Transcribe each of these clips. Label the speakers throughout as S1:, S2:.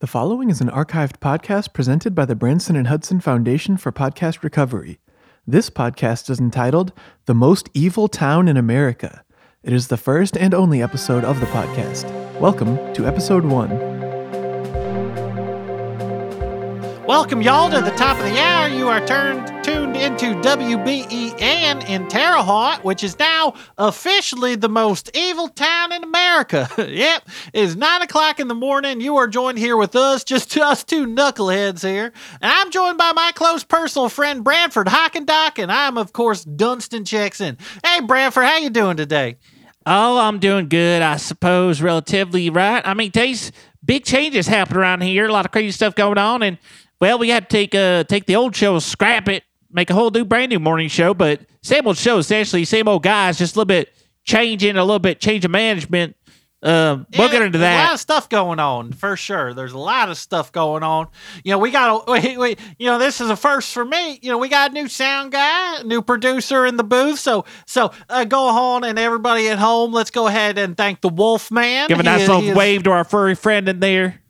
S1: The following is an archived podcast presented by the Branson and Hudson Foundation for Podcast Recovery. This podcast is entitled The Most Evil Town in America. It is the first and only episode of the podcast. Welcome to episode one.
S2: Welcome, y'all, to the top of the hour. You are turned tuned into WBEN in Terre Haute, which is now officially the most evil town in America. yep, it is nine o'clock in the morning. You are joined here with us, just us two knuckleheads here, and I'm joined by my close personal friend Bradford Hockendock, and I'm of course Dunstan Jackson. Hey, Bradford, how you doing today?
S3: Oh, I'm doing good, I suppose, relatively, right? I mean, these big changes happen around here. A lot of crazy stuff going on, and well, we had to take uh take the old show, scrap it, make a whole new, brand new morning show. But same old show, essentially, same old guys, just a little bit changing, a little bit change of management. Um, we'll
S2: Yeah,
S3: get
S2: A
S3: into
S2: lot
S3: that.
S2: of stuff going on for sure. There's a lot of stuff going on. You know, we got a, we, we, you know, this is a first for me. You know, we got a new sound guy, a new producer in the booth. So, so uh, go on and everybody at home, let's go ahead and thank the Wolf Man.
S3: Give a
S2: He
S3: nice
S2: is- he
S3: little
S2: is-
S3: wave to our furry friend in there.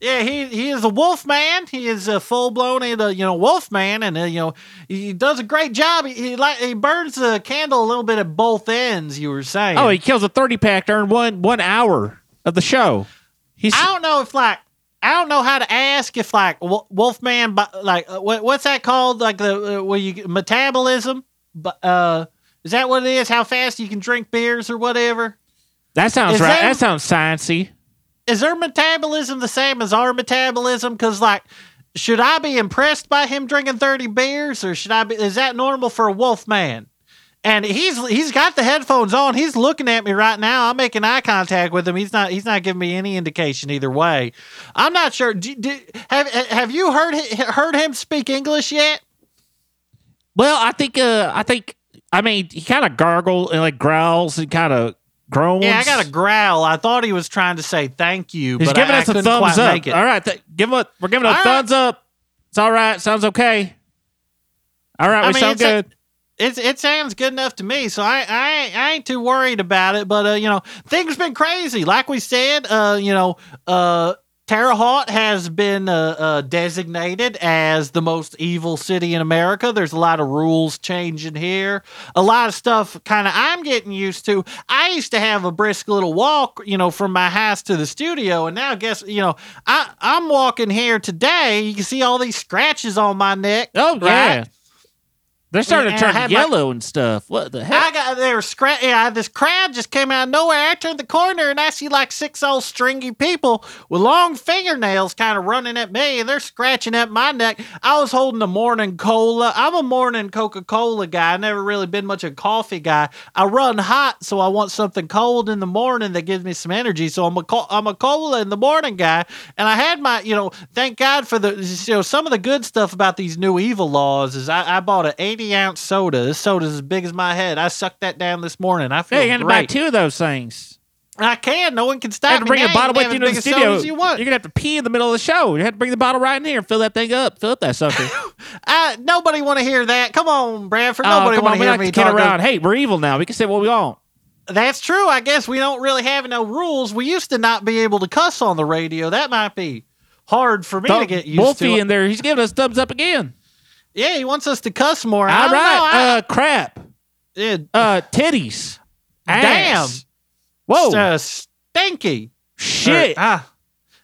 S2: yeah, he he is a wolf man. He is a full blown uh, you know wolf man, and uh, you know he does a great job. He, he like he burns the candle a little bit at both ends. You were saying.
S3: Oh, he kills a thirty pack during one one hour of the show. He's
S2: I don't know if like I don't know how to ask if like Wo- Wolfman, bu- like uh, what, what's that called? Like the uh, where you metabolism, but uh, is that what it is? How fast you can drink beers or whatever?
S3: that sounds
S2: is
S3: right.
S2: that-
S3: That sounds sciencey.
S2: Is their metabolism the same as our metabolism? Because like, should I be impressed by him drinking thirty beers, or should I be? Is that normal for a Wolfman? And he's he's got the headphones on. He's looking at me right now. I'm making eye contact with him. He's not he's not giving me any indication either way. I'm not sure. Do, do, have have you heard hi- heard him speak English yet?
S3: Well, I think uh I think I mean he kind of gargles and like growls and kind of groans.
S2: Yeah, I got a growl. I thought he was trying to say thank you,
S3: He's
S2: but
S3: giving
S2: I,
S3: us
S2: I
S3: a
S2: couldn't
S3: thumbs
S2: quite
S3: up.
S2: make it.
S3: All right, th- give him a we're giving a
S2: All right.
S3: thumbs up. It's all right. Sounds okay. All right,
S2: I
S3: we
S2: mean,
S3: sound
S2: it's a-
S3: good.
S2: It's it sounds good enough to me, so I I, ain't- I ain't too worried about it. But uh, you know, things been crazy. Like we said, uh, you know, uh, Terre Haute has been uh, uh, designated as the most evil city in America. There's a lot of rules changing here. A lot of stuff, kind of, I'm getting used to. I used to have a brisk little walk, you know, from my house to the studio, and now guess, you know, I I'm walking here today. You can see all these scratches on my neck.
S3: oh yeah,
S2: right.
S3: they're starting
S2: And I
S3: to turn
S2: had my-
S3: yellow and stuff. What the heck?
S2: I got they were scra- yeah, this crowd just came out of nowhere. I turned the corner and I see like six old stringy people with long fingernails kind of running at me and they're scratching at my neck. I was holding a morning cola. I'm a morning Coca-Cola guy. I never really been much of a coffee guy. I run hot, so I want something cold in the morning that gives me some energy. So I'm a co- I'm a cola in the morning guy. And I had my, you know, thank God for the you know some of the good stuff about these new evil laws is I, I bought an 80 ounce soda. This soda's as big as my head. I sucked that down this morning. I feel
S3: yeah, you're gonna buy
S2: great.
S3: two of those things.
S2: I can. No one can stop
S3: You had to
S2: me.
S3: bring
S2: now.
S3: a bottle
S2: you
S3: with
S2: can
S3: you
S2: have
S3: to
S2: as
S3: the
S2: big a soda
S3: studio.
S2: as you want.
S3: You're gonna have to pee in the middle of the show. You had to bring the bottle right in here and fill that thing up. Fill up that sucker.
S2: I, nobody want to hear that. Come on, Bradford.
S3: Oh,
S2: Nobody
S3: come
S2: want
S3: on,
S2: to
S3: we
S2: hear
S3: like
S2: me
S3: to kid
S2: talk
S3: around. Hey, we're evil now. We can say what we want.
S2: That's true. I guess we don't really have no rules. We used to not be able to cuss on the radio. That might be hard for me to
S3: Thumb-
S2: get used
S3: Wolfie
S2: to.
S3: in there, he's giving us thumbs up again.
S2: yeah, he wants us to cuss more. I
S3: All
S2: don't
S3: right,
S2: know. I-
S3: uh, crap,
S2: yeah,
S3: uh, titties,
S2: Damn.
S3: Ass. whoa,
S2: uh, stinky.
S3: shit.
S2: Or- ah.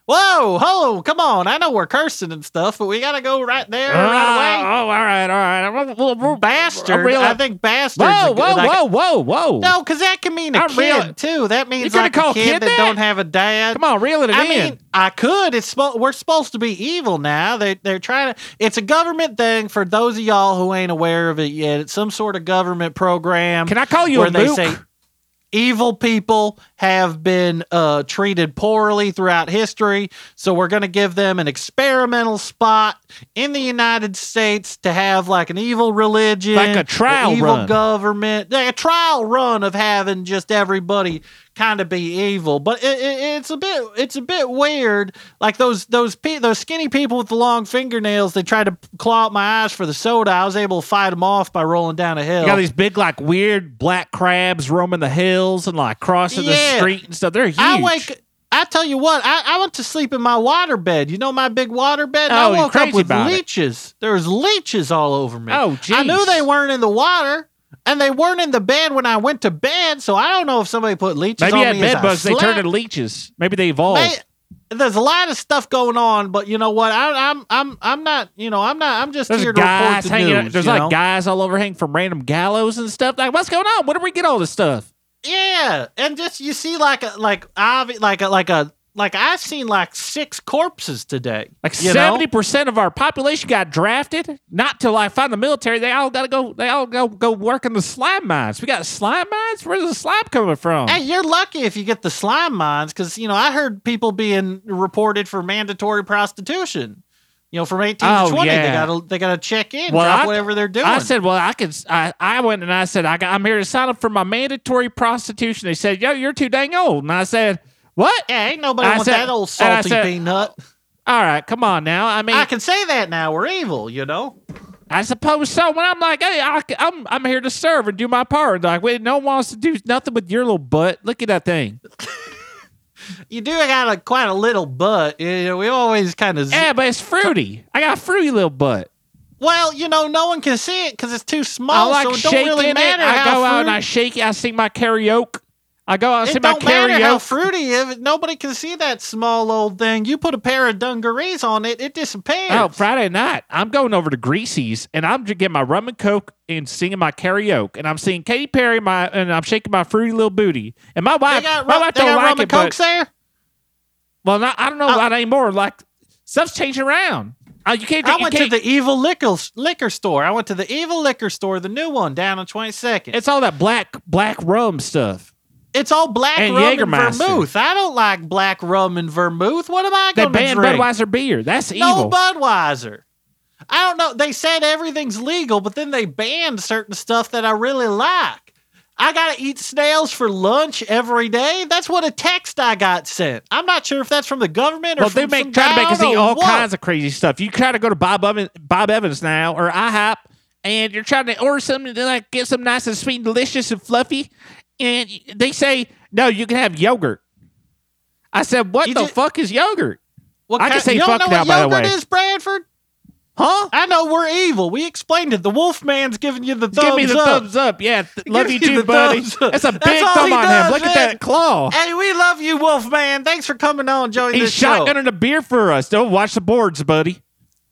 S2: Whoa, ho, come on. I know we're cursing and stuff, but we got to go right there,
S3: Oh,
S2: right away.
S3: oh, all right, all right. Well, we're-
S2: Bastard.
S3: I'm real-
S2: I think bastard.
S3: Whoa, whoa, whoa, whoa, whoa.
S2: No, because that can mean a
S3: I'm
S2: kid,
S3: real-
S2: too. That means
S3: gonna
S2: like a
S3: call
S2: kid,
S3: kid
S2: that,
S3: that?
S2: don't have a dad.
S3: Come on, reel it
S2: I
S3: in.
S2: mean, I could. It's spo- we're supposed to be evil now. They they're trying to. It's a government thing for those of y'all who ain't aware of it yet. It's some sort of government program
S3: Can I call you
S2: where
S3: a
S2: they
S3: mook?
S2: say evil people have been uh, treated poorly throughout history. So we're going to give them an experimental spot in the United States to have like an evil religion,
S3: Like a trial
S2: an evil
S3: run.
S2: government, like a trial run of having just everybody kind of be evil. But it, it, it's a bit it's a bit weird. Like those those pe- those skinny people with the long fingernails, they tried to claw out my eyes for the soda. I was able to fight them off by rolling down a hill.
S3: You got these big, like, weird black crabs roaming the hills and, like, crossing
S2: Yeah.
S3: the street and stuff. They're huge.
S2: I wake I tell you what, I, I went to sleep in my water bed. You know my big water bed. And
S3: Oh,
S2: I
S3: you're
S2: woke up
S3: crazy
S2: with
S3: about it.
S2: leeches. There was leeches all over me.
S3: Oh,
S2: I knew
S3: jeez.
S2: they weren't in the water, and they weren't in the bed when I went to bed. So I don't know if somebody put leeches
S3: Maybe
S2: on
S3: you had
S2: me as
S3: bed
S2: I
S3: bugs. They turned
S2: slept.
S3: into leeches. Maybe they evolved.
S2: May- there's a lot of stuff going on, but you know what? I, I'm I'm I'm not. You know, I'm not. I'm just
S3: There's
S2: here to report
S3: guys
S2: the
S3: hanging.
S2: news,
S3: there's
S2: you
S3: like
S2: know?
S3: guys all over hanging from random gallows and stuff. Like, what's going on? Where do we get all this stuff?
S2: Yeah, and just you see like a like obvi- like a like a like I've seen like six corpses today.
S3: Like
S2: you know?
S3: seventy percent of our population got drafted. Not till I find the military. They all gotta go. They all go go work in the slime mines. We got slime mines. Where's the slime coming from?
S2: Hey, you're lucky if you get the slime mines because you know I heard people being reported for mandatory prostitution. You know, from 18
S3: Oh,
S2: to 20, they
S3: yeah.
S2: gotta they gotta check in,
S3: Well,
S2: drop
S3: I-
S2: whatever they're doing.
S3: I said, well, I could. I, I went and I said, I got, I'm here to sign up for my mandatory prostitution. They said, yo, you're too dang old. And I said, what?
S2: yeah, ain't nobody
S3: I
S2: wants
S3: said-
S2: that old
S3: and I
S2: salty
S3: said-
S2: peanut.
S3: All right, come on now. I mean,
S2: I can say that now. We're evil, you know.
S3: I suppose so. When I'm like, hey, I, am I'm here to serve and do my part. Like, wait, no one wants to do nothing with your little butt. Look at that thing.
S2: You do got a quite a little butt. You know, we always kind of
S3: Yeah, but it's fruity. I got a fruity little butt.
S2: Well, you know, no one can see it because it's too
S3: I
S2: small,
S3: like
S2: so it
S3: shaking
S2: don't really
S3: it.
S2: matter
S3: I
S2: how
S3: go out and
S2: fruit-
S3: I shake. it. I sing my karaoke. I go out and
S2: it
S3: sing my
S2: don't matter how
S3: karaoke.
S2: fruity it is. Nobody can see that small old thing. You put a pair of dungarees on it, it disappears.
S3: Oh, Friday night, I'm going over to Greasy's and I'm just getting my rum and coke and singing my karaoke. And I'm singing Katy Perry, my and I'm shaking my fruity little booty. And my
S2: They
S3: wife,
S2: got,
S3: my
S2: rum,
S3: wife
S2: they
S3: don't
S2: got
S3: like
S2: rum
S3: it,
S2: and
S3: but-
S2: cokes there?
S3: well, not, I don't know
S2: I-
S3: about anymore. Like stuff's changing around. Oh, you can't.
S2: I
S3: Drink, you
S2: went to
S3: can't-
S2: the evil liquor, liquor store. I went to the evil liquor store, the new one down on 22nd. It's,
S3: It's all that black black rum stuff.
S2: all black
S3: And
S2: rum and
S3: Jägermeister.
S2: vermouth. I don't like black rum and vermouth. What am I
S3: They
S2: going to
S3: banned
S2: drink?
S3: Budweiser beer. That's
S2: No
S3: evil.
S2: Budweiser. I don't know. They said everything's legal, but then they banned certain stuff that I really like. I gotta eat snails for lunch every day. That's what a text I got sent. I'm not sure if that's from the government or
S3: well,
S2: from
S3: they make
S2: some
S3: try to make us
S2: town
S3: eat
S2: or
S3: all
S2: what.
S3: kinds of crazy stuff. You try to go to Bob Evans, Bob Evans now or IHOP, and you're trying to order something to like get some nice and sweet, and delicious and fluffy, and they say no, you can have yogurt. I said, what
S2: You
S3: the
S2: ju-
S3: fuck is yogurt?
S2: What
S3: I can
S2: kind-
S3: say
S2: you don't
S3: fuck
S2: know
S3: now,
S2: what
S3: by the
S2: yogurt
S3: way.
S2: is, Bradford?
S3: Huh?
S2: I know we're evil. We explained it. The Wolfman's giving you the thumbs
S3: Give me the
S2: up.
S3: thumbs up. Yeah, th- love
S2: me
S3: you too,
S2: the
S3: buddy.
S2: thumbs up.
S3: That's a big
S2: That's all
S3: thumb
S2: he
S3: on him.
S2: does,
S3: Look at
S2: man.
S3: that claw.
S2: Hey, we love you, Wolfman. Thanks for coming on, Joey.
S3: He's shotgunning a beer for us. Don't watch the boards, buddy.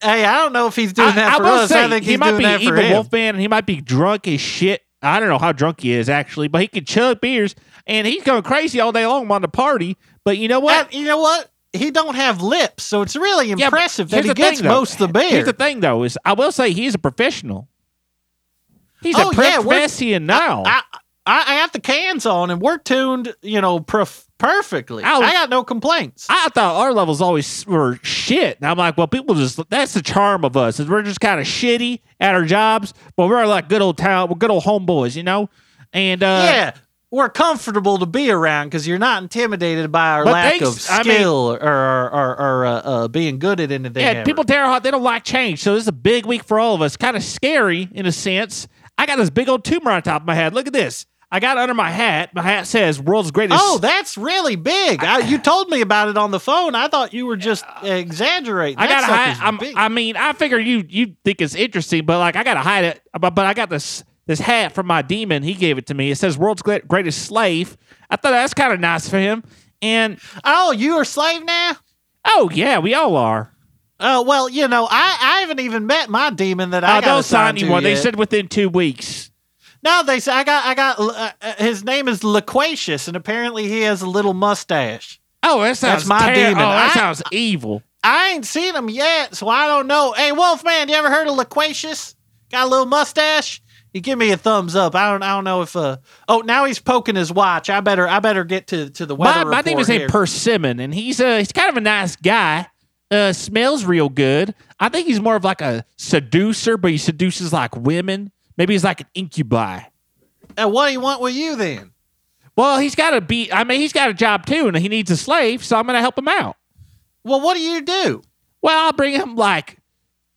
S2: Hey, I don't know if he's doing that for
S3: will
S2: us. I think
S3: he
S2: he's
S3: might
S2: doing
S3: be
S2: that
S3: evil
S2: for him.
S3: Wolfman, and he might be drunk as shit. I don't know how drunk he is actually, but he can chug beers, and he's going crazy all day long on the party. But you know what?
S2: And you know what? He don't have lips, so it's really
S3: Yeah, but
S2: impressive that
S3: here's
S2: he
S3: the thing,
S2: gets
S3: though.
S2: most of the beer.
S3: Here's the thing, though: is I will say he's a professional. He's
S2: Oh,
S3: a
S2: yeah, we're-
S3: professional now.
S2: I, I I got the cans on and we're tuned, you know, perf- perfectly.
S3: Ow.
S2: I got no complaints.
S3: I thought our levels always were shit. And I'm like, well, people just, that's the charm of us is we're just kind of shitty at our jobs, but we're like good old town, we're good old homeboys, you know? And, uh,
S2: yeah, we're comfortable to be around because you're not intimidated by our
S3: But
S2: lack
S3: thanks-
S2: of
S3: I mean-
S2: skill or or, or, or uh, uh, being good at anything.
S3: yeah,
S2: ever.
S3: people tear hot. They don't like change. So this is a big week for all of us. Kind of scary in a sense. I got this big old tumor on top of my head. Look at this. I got it under my hat. My hat says "World's Greatest."
S2: Oh, that's really big. I, you told me about it on the phone. I thought you were just exaggerating.
S3: I
S2: That
S3: got to hide.
S2: sucker's
S3: I'm,
S2: big.
S3: I mean, I figure you you think it's interesting, but like I got to hide it. But, but I got this this hat from my demon. He gave it to me. It says "World's Gre- Greatest Slave." I thought that's kind of nice for him. And
S2: oh, you are slave now?
S3: oh yeah, we all are.
S2: Oh well, you know, I, I haven't even met my demon that I
S3: I
S2: got
S3: Oh, don't Uh, sign
S2: assigned to
S3: anyone. They
S2: yet.
S3: said within two weeks.
S2: no. They said I got I got uh, uh, his name is Loquacious, and apparently he has a little mustache.
S3: Oh, that sounds
S2: my
S3: terri-
S2: demon.
S3: Oh, that
S2: I-
S3: sounds evil.
S2: I ain't seen him yet, so I don't know. Hey, Wolfman, you ever heard of Loquacious? Got a little mustache. You give me a thumbs up. I don't I don't know if uh oh now he's poking his watch. I better I better get to to the weather.
S3: my, my name
S2: report
S3: is a
S2: here.
S3: persimmon and he's a he's kind of a nice guy uh smells real good i think he's more of like a seducer but he seduces like women maybe he's like an incubi
S2: And Uh, what do you want with you then?
S3: well he's got to be i mean he's got a job too and he needs a slave so i'm gonna help him out
S2: Well, what do you do?
S3: well i'll bring him like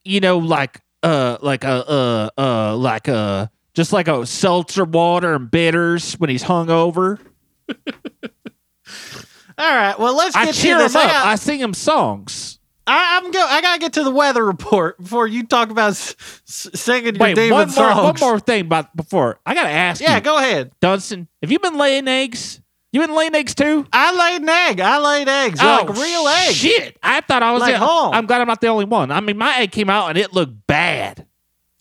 S3: you know like uh like a uh uh like a just like a seltzer water and bitters when he's hungover.
S2: All right. Well, let's get to
S3: I cheer him
S2: this.
S3: up.
S2: I got-
S3: I sing him songs.
S2: I, I'm go. I gotta get to the weather report before you talk about s- s- singing your
S3: Wait,
S2: demon
S3: one more,
S2: songs.
S3: one more thing about before. I gotta ask
S2: Yeah,
S3: you,
S2: go ahead.
S3: Dunstan, have you been laying eggs? You been laying eggs too?
S2: I laid an egg. I laid eggs, like real eggs.
S3: Oh, Shit, I thought I was
S2: Like
S3: the-
S2: home.
S3: I'm glad I'm not the only one. I mean, my egg came out and it looked bad.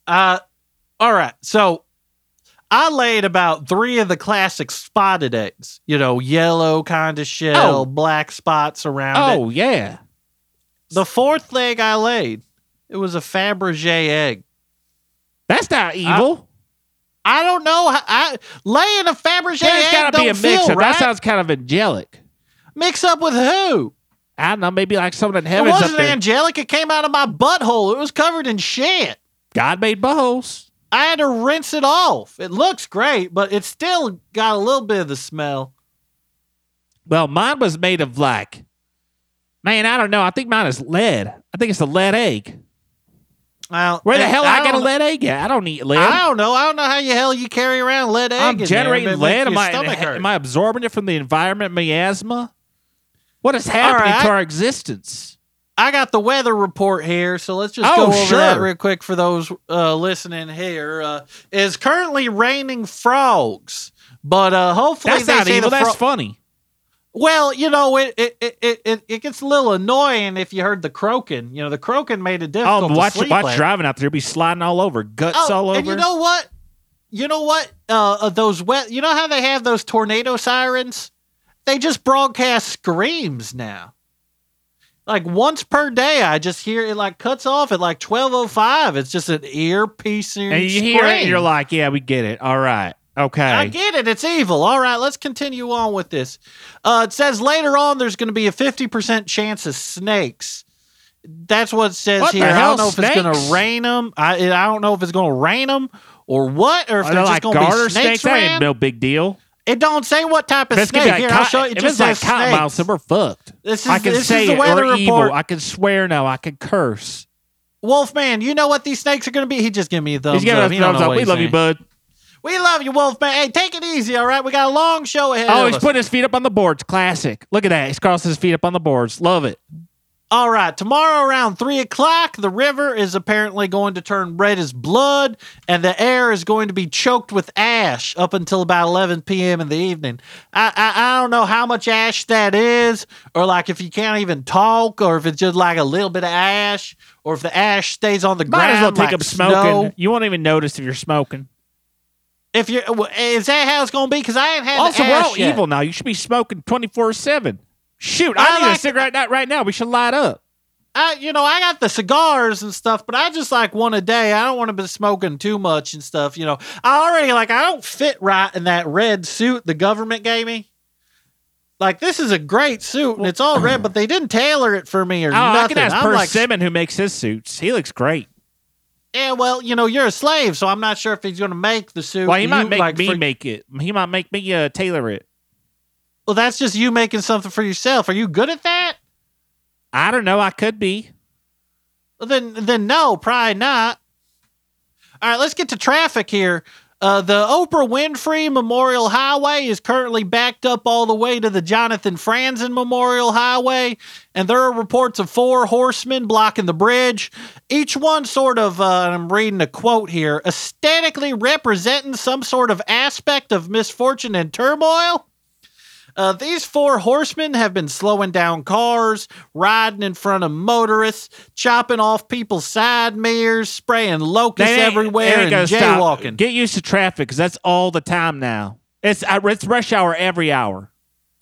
S2: Uh, all right. So I laid about three of the classic spotted eggs. You know, yellow kind of shell,
S3: Oh.
S2: black spots around it.
S3: Oh yeah,
S2: The fourth egg I laid, it was a Fabergé egg.
S3: that's not evil.
S2: I don't know. How, I laying a Fabergé
S3: There's
S2: egg
S3: gotta
S2: don't
S3: be a mix
S2: feel
S3: up.
S2: right.
S3: That sounds kind of angelic.
S2: mix up with who?
S3: I don't know, maybe like someone in
S2: It
S3: heaven.
S2: wasn't angelic. It came out of my butthole. It was covered in shit.
S3: God made buttholes.
S2: I had to rinse it off. It looks great, but it still got a little bit of the smell.
S3: Well, mine was made of like, man, I don't know. I think mine is lead. I think it's a lead egg.
S2: Well,
S3: Where the
S2: it-
S3: hell I,
S2: don't
S3: got a
S2: know.
S3: lead egg at? I don't eat lead.
S2: I don't know. I don't know how you hell you carry around lead egg.
S3: I'm
S2: in
S3: generating
S2: there. It
S3: lead.
S2: make
S3: Am
S2: your
S3: I,
S2: stomach hurt.
S3: am I absorbing it from the environment miasma? What is happening
S2: right.
S3: to our existence?
S2: I got the weather report here, so let's just
S3: Oh,
S2: go over that
S3: sure.
S2: real quick for those uh, listening here. Uh, it's currently raining frogs, but uh, hopefully
S3: That's
S2: they
S3: not
S2: say
S3: evil.
S2: the fro-
S3: That's funny.
S2: Well, you know, it it, it it- it it gets a little annoying if you heard the croaking. You know, the croaking made it difficult
S3: Oh,
S2: to
S3: watch,
S2: sleep
S3: watch
S2: last
S3: driving out there. Be sliding all over, guts
S2: Oh,
S3: all over.
S2: And you know what? You know what? Uh, uh, those wet. You know how they have those tornado sirens? They just broadcast screams now. Like once per day, I just hear it. Like cuts off at like twelve oh five. It's just an ear piercing.
S3: and you hear it, and you're like, yeah, we get it. All right. Okay.
S2: I get it. It's evil. All right, let's continue on with this. Uh, it says later on there's going to be a 50% chance of snakes. That's what it says
S3: What the
S2: here. I
S3: hell,
S2: don't know if it's going
S3: snakes?
S2: to rain them. I, I don't know if it's going to rain them or what, or if
S3: Are
S2: they're
S3: they
S2: just
S3: like
S2: going to
S3: garter
S2: be snakes,
S3: snakes? That ain't
S2: around.
S3: no big deal.
S2: It don't say what type of
S3: If it's
S2: snake.
S3: gonna be like
S2: here, I'll
S3: cotton-
S2: show you. It
S3: if
S2: just
S3: it's
S2: says
S3: like cotton
S2: snakes.
S3: mouth, then we're fucked.
S2: This is,
S3: I can
S2: this
S3: say
S2: is the
S3: it
S2: weather
S3: or
S2: report.
S3: evil. I can swear no. I can curse.
S2: Wolfman, you know what these snakes are going to be? He just give me a thumbs
S3: He's giving
S2: up.
S3: us
S2: He don't
S3: thumbs
S2: know
S3: up.
S2: what
S3: We
S2: he's
S3: love you,
S2: saying.
S3: bud.
S2: We love you, Wolfman. Hey, take it easy, all right? We got a long show ahead
S3: Oh,
S2: of
S3: he's
S2: us.
S3: putting his feet up on the boards. Classic. Look at that. He's crossing his feet up on the boards. Love it.
S2: All right, tomorrow around three o'clock, the river is apparently going to turn red as blood, and the air is going to be choked with ash up until about 11 p.m. in the evening. I, I I don't know how much ash that is, or like if you can't even talk, or if it's just like a little bit of ash, or if the ash stays on the
S3: Might
S2: ground.
S3: as well take
S2: like
S3: up smoking.
S2: snow.
S3: You won't even notice if you're smoking.
S2: If you is that how it's going to be? Because I ain't had
S3: Also,
S2: the
S3: we're
S2: ash
S3: all
S2: yet.
S3: evil now. You should be smoking 24 7. Shoot,
S2: I
S3: I, need
S2: like-
S3: a cigarette right, right now. We should light up.
S2: I you know I got the cigars and stuff, but I just like one a day. I don't want to be smoking too much and stuff. You know, I already like I don't fit right in that red suit the government gave me. Like this is a great suit and it's all red, but they didn't tailor it for me or
S3: Oh, I
S2: nothing.
S3: can ask
S2: I'm like,
S3: Persimmon who makes his suits. He looks great.
S2: yeah, well, you know, you're a slave, so I'm not sure if he's going to make the suit.
S3: Well, he
S2: You,
S3: might make
S2: like,
S3: me
S2: for-
S3: make it. He might make me uh, tailor it.
S2: well, that's just you making something for yourself. Are you good at that?
S3: I don't know. I could be.
S2: Well, Then, then no, probably not. All right, let's get to traffic here. Uh, the Oprah Winfrey Memorial Highway is currently backed up all the way to the Jonathan Franzen Memorial Highway, and there are reports of four horsemen blocking the bridge. Each one sort of, uh, and I'm reading a quote here, aesthetically representing some sort of aspect of misfortune and turmoil. Uh, these four horsemen have been slowing down cars, riding in front of motorists, chopping off people's side mirrors, spraying locusts
S3: They ain't-
S2: everywhere,
S3: they ain't
S2: and
S3: gonna stop.
S2: jaywalking.
S3: Get used to traffic because that's all the time now. It's uh, it's rush hour every hour.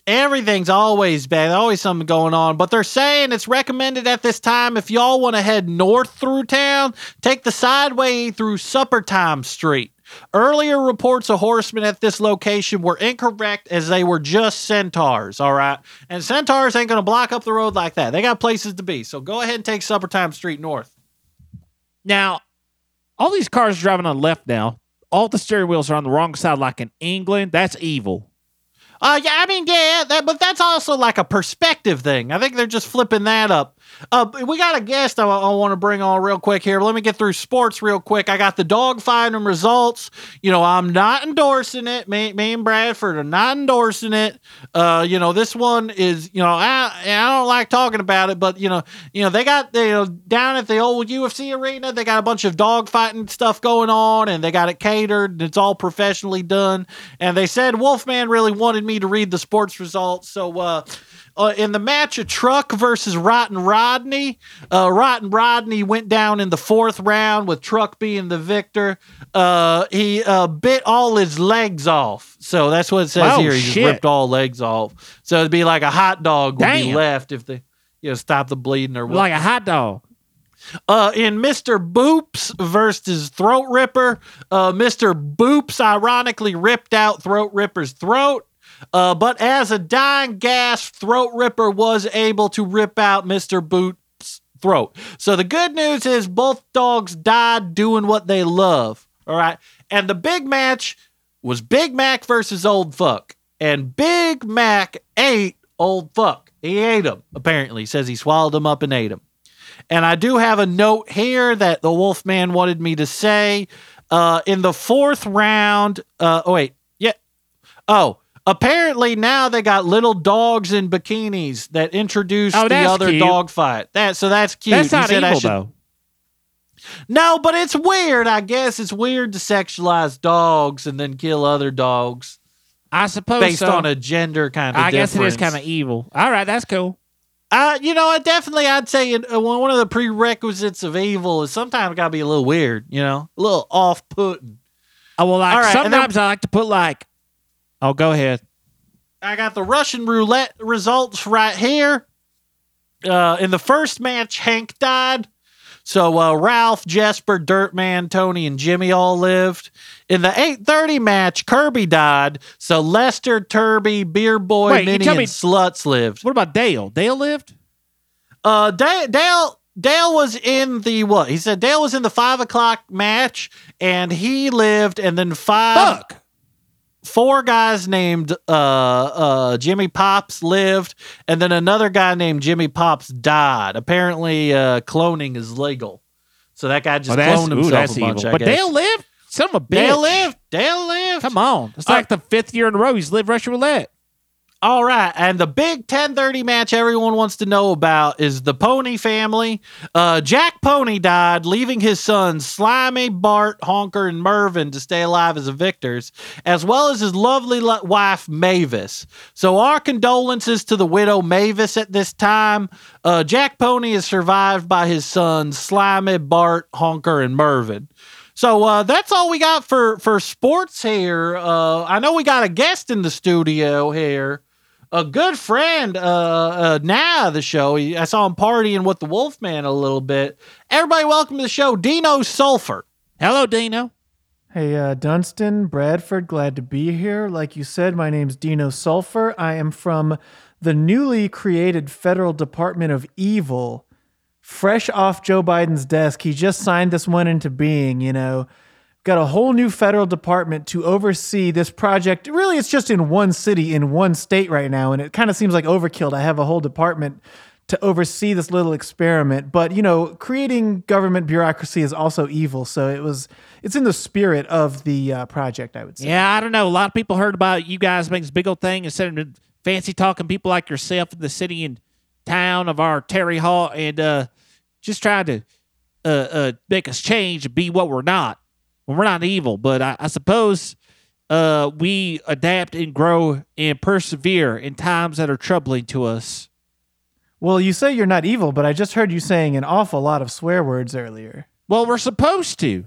S2: Everything's always bad, always something going on. But they're saying it's recommended at this time if y'all want to head north through town, take the side way through Suppertime Street. Earlier reports of horsemen at this location were incorrect as they were just centaurs, all right? And centaurs ain't going to block up the road like that. They got places to be. So go ahead and take Suppertime Street north.
S3: Now, all these cars driving on the left now. All the steering wheels are on the wrong side, like in England. That's evil.
S2: Uh, yeah, I mean, yeah, that, but that's also like a perspective thing. I think they're just flipping that up. Uh, but we got a guest I, I want to bring on real quick here. Let me get through sports real quick. I got the dog fighting results. You know, I'm not endorsing it. Me, me and Bradford are not endorsing it. Uh, you know, this one is, you know, I, and I don't like talking about it, but you know, you know, they got you know down at the old UFC arena, they got a bunch of dog fighting stuff going on, and they got it catered. and It's all professionally done, and they said Wolfman really wanted me to read the sports results, so. uh uh, in the match of Truck versus Rotten Rodney, uh, Rotten Rodney went down in the fourth round with Truck being the victor. Uh, he uh, bit all his legs off. So that's what it says
S3: Wow,
S2: here. He just
S3: shit.
S2: ripped all legs off. So it'd be like a hot dog would be
S3: Damn.
S2: left if they you know stop the bleeding or what.
S3: Like a hot dog.
S2: Uh, in Mr. Boops versus Throat Ripper, uh, Mr. Boops ironically ripped out Throat Ripper's throat. Uh, but as a dying gasp, Throat Ripper was able to rip out Mr. Boops' throat. So the good news is both dogs died doing what they love. All right. And the big match was Big Mac versus Old Fuck. And Big Mac ate Old Fuck. He ate him, apparently. Says he swallowed him up and ate him. And I do have a note here that the Wolfman wanted me to say. Uh, in the fourth round, uh, oh, wait, yeah. Oh, apparently now they got little dogs in bikinis that introduced
S3: Oh,
S2: the
S3: that's
S2: other
S3: cute.
S2: dog fight. That so that's cute.
S3: That's
S2: He
S3: not
S2: said I
S3: evil
S2: should-
S3: though.
S2: No, but it's weird. I guess it's weird to sexualize dogs and then kill other dogs
S3: I suppose
S2: based
S3: Oh, so.
S2: on a gender kind of.
S3: I guess it is
S2: difference.
S3: kind of evil. All right, that's cool.
S2: Uh, you know, I definitely, I'd say it, uh, one one of the prerequisites of evil is sometimes got to be a little weird, you know, a little off putting.
S3: I will like
S2: All right, and then-
S3: sometimes I like to put like. Oh, go ahead.
S2: I got the Russian roulette results right here. Uh, in the first match, Hank died. So uh, Ralph, Jesper, Dirtman, Tony, and Jimmy all lived. In the 8:30 match, Kirby died. So Lester, Turby, Beer Boy,
S3: Wait, you
S2: Minnie,
S3: tell
S2: and
S3: me-
S2: Sluts lived.
S3: What about Dale? Dale lived.
S2: Uh, Da- Dale Dale was in the what? He said Dale was in the five o'clock match, and he lived. And then five
S3: Fuck.
S2: four guys named uh uh Jimmy Pops lived, and then another guy named Jimmy Pops died. Apparently, uh, cloning is legal, so that guy just
S3: Oh,
S2: cloned
S3: ooh,
S2: himself a bunch. I
S3: but
S2: guess.
S3: Dale lived. Son of a bitch.
S2: Dale lived. Uh, Dale lived.
S3: Come on, it's
S2: All
S3: like the fifth year in a row he's lived Russian roulette.
S2: All right, and the big 10:30 match everyone wants to know about is the Pony family. Uh, Jack Pony died, leaving his sons Slimy, Bart, Honker, and Mervin to stay alive as victors, as well as his lovely li- wife Mavis. So our condolences to the widow Mavis at this time. Uh, Jack Pony is survived by his sons Slimy, Bart, Honker, and Mervin. So uh, that's all we got for for sports here. Uh, I know we got a guest in the studio here, a good friend. Uh, uh, now of the show, He- I saw him partying with the Wolfman a little bit. Everybody, welcome to the show, Dino Sulfur.
S3: Hello, Dino.
S1: Hey, uh, Dunstan, Bradford, glad to be here. Like you said, my name's Dino Sulfur. I am from the newly created Federal Department of Evil, fresh off Joe Biden's desk. He just signed this one into being, you know. Got a whole new federal department to oversee this project. Really, it's just in one city, in one state right now, and it kind of seems like overkill to have a whole department to oversee this little experiment. But you know, creating government bureaucracy is also evil, so it was it's in the spirit of the uh, project, I would say.
S3: Yeah, I don't know. A lot of people heard about you guys making this big old thing instead of fancy talking people like yourself in the city and town of our Terry Hall and uh, just trying to uh, uh, make us change and be what we're not. Well, we're not evil, but I, I suppose uh, we adapt and grow and persevere in times that are troubling to us.
S1: Well, you say you're not evil, but I just heard you saying an awful lot of swear words earlier.
S3: Well, we're supposed to.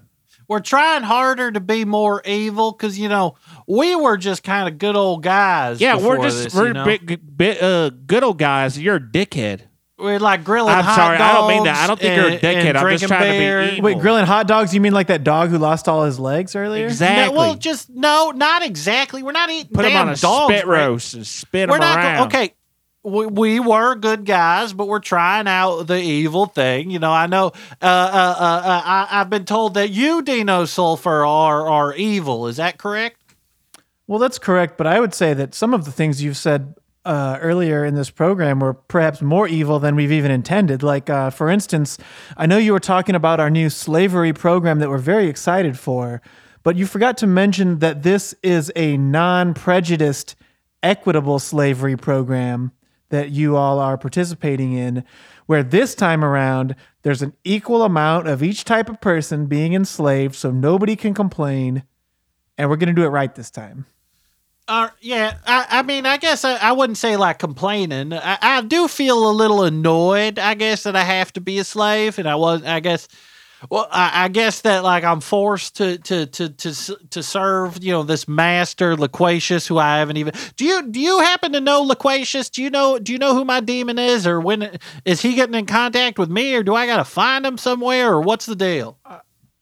S2: We're trying harder to be more evil because you know we were just kind of good old guys.
S3: Yeah, we're
S2: before
S3: just
S2: this,
S3: we're
S2: you know?
S3: big, big, uh, good old guys. You're a dickhead.
S2: we're like grilling.
S3: I'm
S2: hot
S3: sorry, I don't mean
S2: dogs
S3: that. I don't think you're a
S2: and- and
S3: dickhead. I'm just
S2: drinking
S3: trying to be
S2: beer.
S3: evil.
S1: Wait, grilling hot dogs? You mean like that dog who lost all his legs earlier?
S3: Exactly.
S2: No, well, just no, not exactly. We're not eating
S3: Put
S2: damn
S3: them on a
S2: dogs,
S3: spit
S2: right?
S3: roast and spit
S2: We're
S3: them
S2: not
S3: around.
S2: go- okay. We, we were good guys, but we're trying out the evil thing. You know, I know. Uh, uh, uh, uh, I, I've been told that you, Dino Sulfur, are are evil. Is that correct?
S1: Well, that's correct, but I would say that some of the things you've said
S4: uh, earlier in this program were perhaps more evil than we've even intended. Like, uh, for instance, I know you were talking about our new slavery program that we're very excited for, but you forgot to mention that this is a non prejudiced, equitable slavery program that you all are participating in, where this time around there's an equal amount of each type of person being enslaved so nobody can complain. And we're going to do it right this time.
S2: Uh, yeah, I, I mean, I guess I, I wouldn't say like complaining. I, I do feel a little annoyed, I guess, that I have to be a slave, and I was, I guess, well, I, I guess that like I'm forced to to to to s- to serve, you know, this master Loquacious, who I haven't even. Do you do you happen to know Loquacious? Do you know do you know who my demon is, or when is he getting in contact with me, or do I gotta find him somewhere, or what's the deal?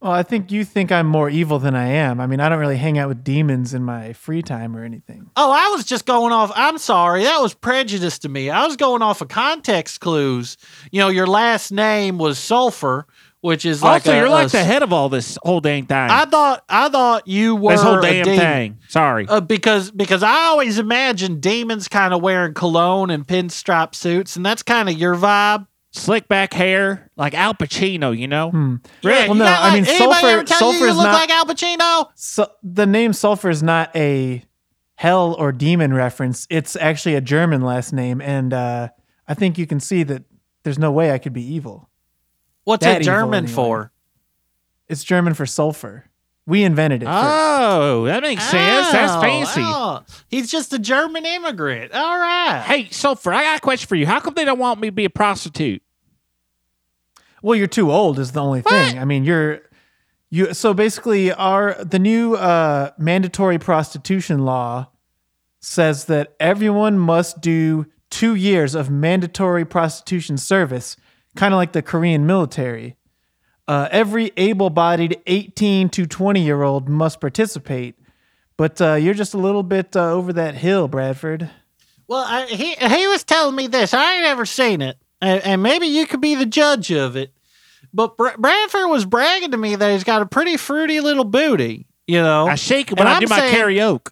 S4: Well, I think you think I'm more evil than I am. I mean, I don't really hang out with demons in my free time or anything.
S2: Oh, I was just going off. I'm sorry. That was prejudice to me. I was going off of context clues. You know, your last name was Sulfur, which is like
S3: also,
S2: a-
S3: you're
S2: a
S3: like
S2: s-
S3: the head of all this whole dang thing.
S2: I thought I thought you were
S3: this whole
S2: a
S3: damn
S2: demon.
S3: thing. Sorry.
S2: Uh, because because I always imagine demons kind of wearing cologne and pinstripe suits, and that's kind of your vibe.
S3: Slick back hair, like Al Pacino, you
S2: Mm.
S3: know?
S4: Hmm.
S2: Yeah,
S4: Well,
S2: you
S4: no,
S2: got,
S4: I
S2: like-
S4: mean,
S2: anybody
S4: Sulfur-
S2: ever tell
S4: Sulfur
S2: you you
S4: is
S2: look
S4: not-
S2: like Al Pacino?
S4: So the name Sulfur is not a hell or demon reference. It's actually a German last name, and uh, I think you can see that there's no way I could be evil.
S2: What's
S4: That
S2: it
S4: evil
S2: German
S4: anyway.
S2: for?
S4: It's German for sulfur. We invented it. first.
S3: Oh, that makes sense. That's
S2: Oh,
S3: fancy.
S2: oh. he's just a German immigrant. All right.
S3: Hey, Sulfur, I got a question for you. How come they don't want me to be a prostitute?
S4: Well, you're too old is the only thing. I mean, you're you. So basically, our the new uh, mandatory prostitution law says that everyone must do two years of mandatory prostitution service, kind of like the Korean military. Uh, every able-bodied 18 to 20 year old must participate, but uh, you're just a little bit uh, over that hill, Bradford.
S2: Well, I, he he was telling me this. I ain't ever seen it, and, and maybe you could be the judge of it. But Br- Bradford was bragging to me that he's got a pretty fruity little booty. You know,
S3: I shake it when
S2: Oh, And
S3: I
S2: I'm
S3: do my
S2: saying-
S3: karaoke.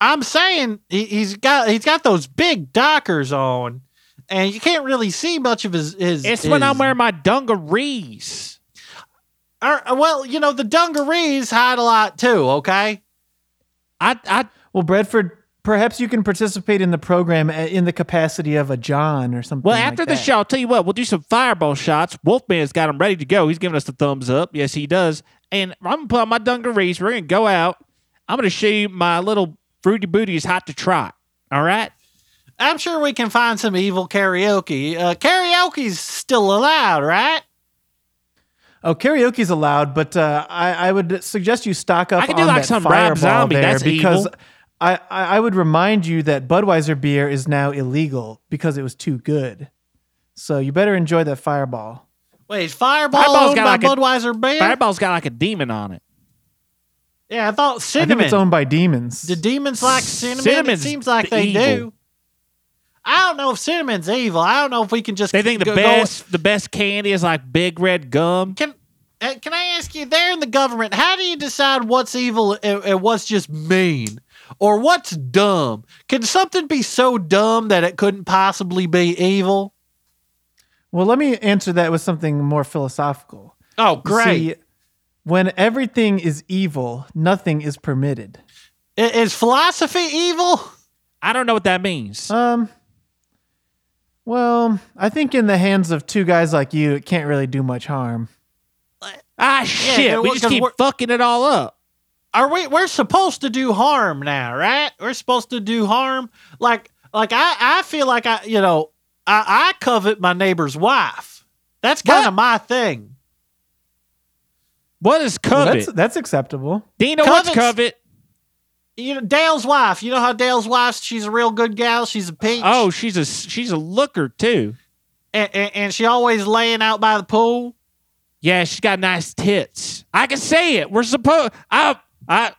S2: I'm saying he, he's got he's got those big dockers on, and you can't really see much of his. his
S3: It's when
S2: his-
S3: I'm wearing my dungarees.
S2: Or- er, well, you know, the dungarees hide a lot too. Okay.
S3: I, I
S4: Well, Bradford, perhaps you can participate in the program a- in the capacity of a John or something.
S3: Well,
S4: like
S3: after the
S4: that.
S3: show, I'll tell you what, we'll do some fireball shots. Wolfman's got them ready to go. He's giving us the thumbs up. Yes, he does. And I'm going to put on my dungarees. We're going to go out. I'm going to show you my little fruity booty is hot to trot. All right?
S2: I'm sure we can find some evil karaoke. Uh, karaoke's still allowed, right?
S4: Oh, karaoke's allowed, but uh, I, I would suggest you stock up
S3: I could do
S4: on
S3: like
S4: that
S3: some
S4: fireball
S3: Rob Zombie.
S4: there
S3: That's
S4: because
S3: evil.
S4: I, I I would remind you that Budweiser beer is now illegal because it was too good. So you better enjoy that fireball.
S2: Wait, is Fireball
S3: Fireball's
S2: owned by
S3: got like a-
S2: Budweiser beer?
S3: Fireball's got like a demon on it.
S2: Yeah, I thought
S4: I think
S2: cinnamon.
S4: it's owned by demons.
S2: Do demons like cinnamon?
S3: Cinnamon's
S2: it seems like
S3: the
S2: they do.
S3: evil.
S2: I don't know if cinnamon's evil. I don't know if we can just.
S3: They think the
S2: go- go-
S3: best the best candy is like big red gum.
S2: can uh, can I ask you? There in the government, how do you decide what's evil and, and what's just mean or what's dumb? Can something be so dumb that it couldn't possibly be evil?
S4: well, let me answer that with something more philosophical.
S2: Oh,
S4: You
S2: great!
S4: See, when everything is evil, nothing is permitted.
S2: I- is philosophy evil?
S3: I don't know what that
S2: Uh,
S3: means.
S4: Um. Well, I think in the hands of two guys like you, it can't really do much harm.
S3: ah, shit.
S2: yeah,
S3: we
S2: well,
S3: just
S2: 'cause
S3: keep
S2: we're-
S3: fucking it all up.
S2: are we we're supposed to do harm now right we're supposed to do harm like like i i feel like i you know i i covet my neighbor's wife that's kind of my thing
S3: What is
S4: Well,
S3: covet?
S4: that's that's acceptable.
S3: Dino, what's
S2: Covet's-
S3: covet?
S2: you know dale's wife you know how dale's wife she's a real good gal she's a peach
S3: Oh, she's a she's a looker too.
S2: and, and, and she always laying out by the pool
S3: Yeah, she's got nice tits. I can say it. We're supposed. I, I,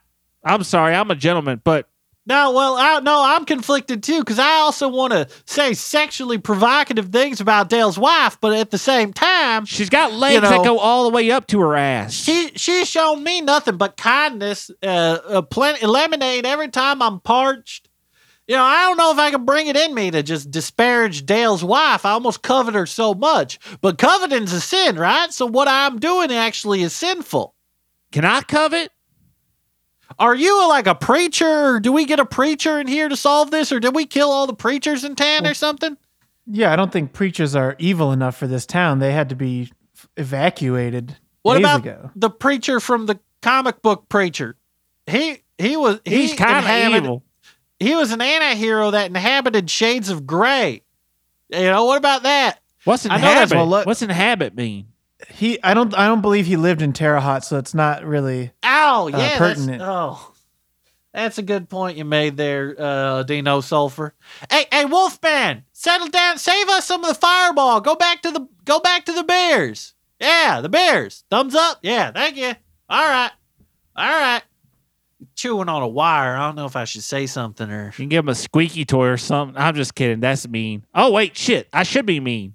S3: I'm sorry. I'm a gentleman, but
S2: no well i no i'm conflicted too because i also want to say sexually provocative things about dale's wife but at the same time
S3: she's got legs that
S2: know-
S3: go all the way up to her ass.
S2: She she's shown me nothing but kindness, uh, uh plenty lemonade every time I'm parched. You know, I don't know if I can bring it in me to just disparage Dale's wife. I almost covet her so much. But coveting's a sin, right? So what I'm doing actually is sinful.
S3: Can I covet?
S2: Are you like a preacher? Or do we get a preacher in here to solve this? Or did we kill all the preachers in town or something?
S4: Yeah, I don't think preachers are evil enough for this town. They had to be f- evacuated
S2: What
S4: days
S2: about
S4: ago.
S2: the preacher from the comic book preacher? He he was he
S3: He's kind of
S2: inhabited-
S3: evil.
S2: He was an anti-hero that inhabited shades of gray. You know, what about that?
S3: What's
S2: I know that's
S3: inhabit?
S4: what look-
S3: What's inhabit mean?
S4: He, I don't, I don't believe he lived in Terre Haute, so it's not really.
S2: Ow, yeah,
S4: pertinent.
S2: that's oh. That's a good point you made there, uh, Dino Sulfur. Hey, hey, Wolfman, settle down, save us some of the fireball. Go back to the go back to the bears. Yeah, the bears. Thumbs up. Yeah, thank you. All right. All right. Chewing on a wire. I don't know if I should say something or
S3: You can give him a squeaky toy or something. I'm just kidding. That's mean. Oh wait, shit. I should be mean.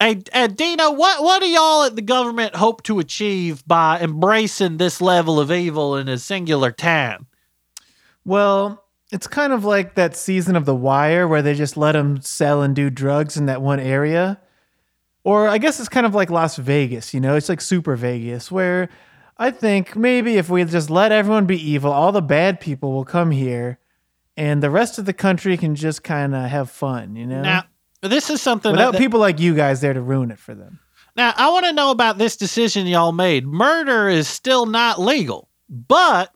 S2: Hey, uh, Dino, what what do y'all at the government hope to achieve by embracing this level of evil in a singular time?
S4: Well, it's kind of like that season of The Wire where they just let him sell and do drugs in that one area. Or I guess it's kind of like Las Vegas, you know? It's like Super Vegas, where I think maybe if we just let everyone be evil, all the bad people will come here and the rest of the country can just kind of have fun, you know?
S2: Now, this is something
S4: Without
S2: that-
S4: people like you guys there to ruin it for them.
S2: Now, I want to know about this decision y'all made. Murder is still not legal, but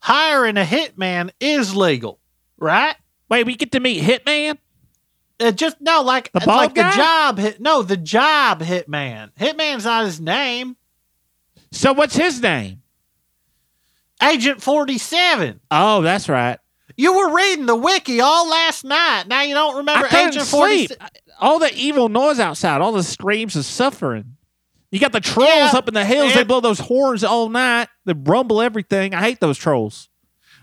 S2: hiring a hitman is legal, right?
S3: Wait, we get to meet Hitman.
S2: Uh, just no, like
S3: The bald
S2: like
S3: guy?
S2: the job hit. No, the job hitman. Hitman's not his name.
S3: So what's his name?
S2: Agent Forty Seven.
S3: Oh, that's right.
S2: You were reading the wiki all last night. Now you don't remember
S3: I couldn't
S2: Agent Forty
S3: sleep.
S2: Seven.
S3: uh, All the evil noise outside. All the screams of suffering. You got the trolls
S2: Yeah.
S3: up in the hills.
S2: Yeah.
S3: They blow those horns all night. They rumble everything. I hate those trolls.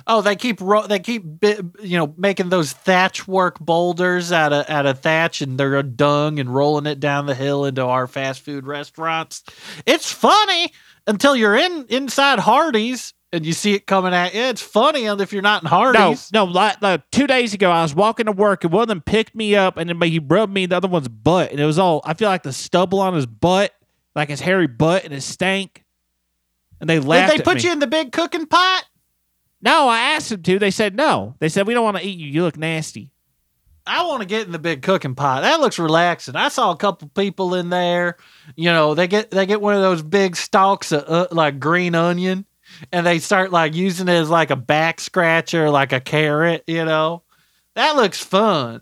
S2: Oh, they keep ro- they keep bi- you know making those thatch work boulders out of out of thatch and they're dung and rolling it down the hill into our fast food restaurants. It's funny until you're in inside Hardee's and you see it coming at you. It's funny if you're not in
S3: No,
S2: Hardee's.
S3: no. Like, like two days ago, I was walking to work, and one of them picked me up, and then he rubbed me in the other one's butt, and it was all. I feel like the stubble on his butt, like his hairy butt, and it stank. And they
S2: Did
S3: laughed.
S2: they
S3: at
S2: put
S3: me.
S2: you in the big cooking pot?
S3: No, I asked them to. They said no. They said we don't want to eat you. You look nasty.
S2: I want to get in the big cooking pot. That looks relaxing. I saw a couple people in there. You know, they get they get one of those big stalks of uh, like green onion, and they start like using it as like a back scratcher, like a carrot. You know, that looks fun.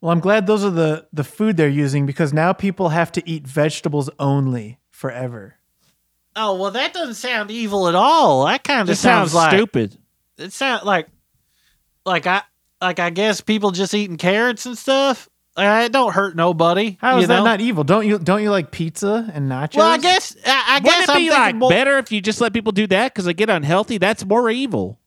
S4: Well, I'm glad those are the, the food they're using because now people have to eat vegetables only forever.
S2: Oh well, that doesn't sound evil at all. That kind of
S3: This
S2: sounds, like
S3: sounds stupid.
S2: it sounds like like I like I guess people just eating carrots and stuff. Uh, it don't hurt nobody.
S4: How
S2: you
S4: is that
S2: know?
S4: not evil? Don't you don't you like pizza and nachos?
S2: Well, I guess I, I guess
S3: Wouldn't it
S2: I'm
S3: be
S2: thinking
S3: like
S2: more-
S3: better if you just let people do that because they get unhealthy? That's more evil.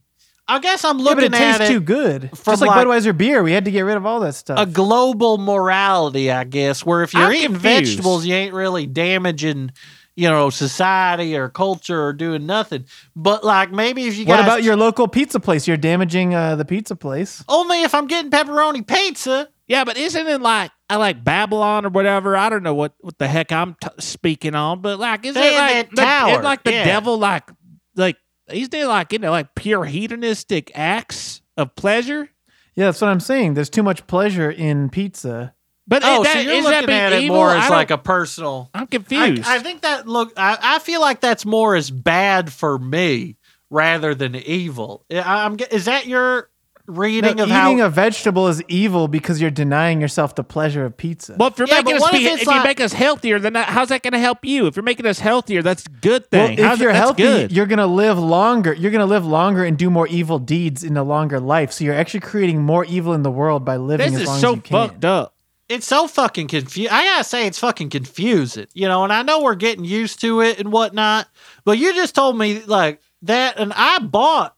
S2: I guess I'm
S4: yeah, but
S2: looking
S4: it tastes
S2: at it
S4: too good.
S2: from
S4: Just like,
S2: like-
S4: Budweiser beer, we had to get rid of all that stuff.
S2: a global morality, I guess, where if you're
S3: I'm
S2: eating
S3: confused.
S2: vegetables, you ain't really damaging, you know, society or culture or doing nothing. But like maybe if you
S4: what
S2: guys-
S4: about your local pizza place? You're damaging uh, the pizza place.
S2: only if I'm getting pepperoni pizza.
S3: Yeah, but isn't it like I like Babylon or whatever? I don't know what, what the heck I'm t- speaking on, but like is it
S2: They in
S3: like
S2: that
S3: the,
S2: tower,
S3: isn't like the
S2: yeah.
S3: devil like like he's there like you know like pure hedonistic acts of pleasure?
S4: Yeah, that's what I'm saying. There's too much pleasure in pizza.
S3: But
S2: oh,
S3: is that,
S2: so you're
S3: is that
S2: looking
S3: being
S2: at it
S3: evil?
S2: more
S3: I
S2: as
S3: don't-
S2: like a personal.
S3: I'm
S2: I,
S3: confused.
S2: I think that look, I, I feel like that's more as bad for me rather than evil. I, I'm ge- is that your
S4: No,
S2: reading
S4: eating
S2: of how
S4: a vegetable is evil because you're denying yourself the pleasure of pizza.
S3: well, if you're
S2: Yeah,
S3: making
S2: but
S3: us
S2: what
S3: be,
S2: if
S3: if,
S2: it's
S3: you
S2: like-
S3: make us healthier, then that, how's that going to help you? If you're making us healthier, that's a good
S4: Well,
S3: thing.
S4: if
S3: how's
S4: you're
S3: that's
S4: healthy,
S3: good.
S4: you're gonna live longer. You're gonna live longer and do more evil deeds in a longer life. So you're actually creating more evil in the world by living
S3: this
S4: as long
S3: is
S4: as
S3: so
S4: you can.
S3: fucked up.
S2: it's so fucking confusing. I gotta say, it's fucking confusing, you know. And I know we're getting used to it and whatnot, but you just told me like that, and I bought,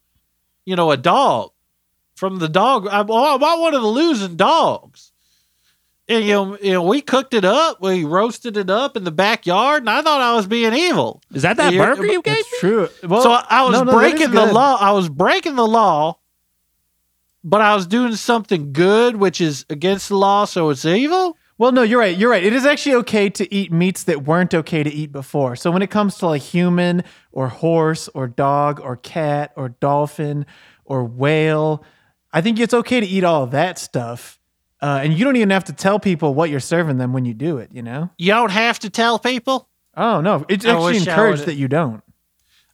S2: you know, a dog from the dog. I, well, I bought one of the losing dogs, and you know, you know, we cooked it up, we roasted it up in the backyard, and I thought I was being evil.
S3: Is that that
S2: You're-
S3: burger you gave
S4: It's
S3: me?
S4: true. Well,
S2: so I, I was
S4: no, no, that is
S2: breaking the
S4: good.
S2: law. I was breaking the law but I was doing something good, which is against the law, so it's evil.
S4: Well, no, you're right. You're right. It is actually okay to eat meats that weren't okay to eat before. So when it comes to like human or horse or dog or cat or dolphin or whale, I think it's okay to eat all that stuff. Uh, and you don't even have to tell people what you're serving them when you do it, you know?
S2: You don't have to tell people.
S4: Oh, no. It's
S2: I
S4: actually
S2: wish I
S4: encouraged
S2: would've-
S4: that you don't.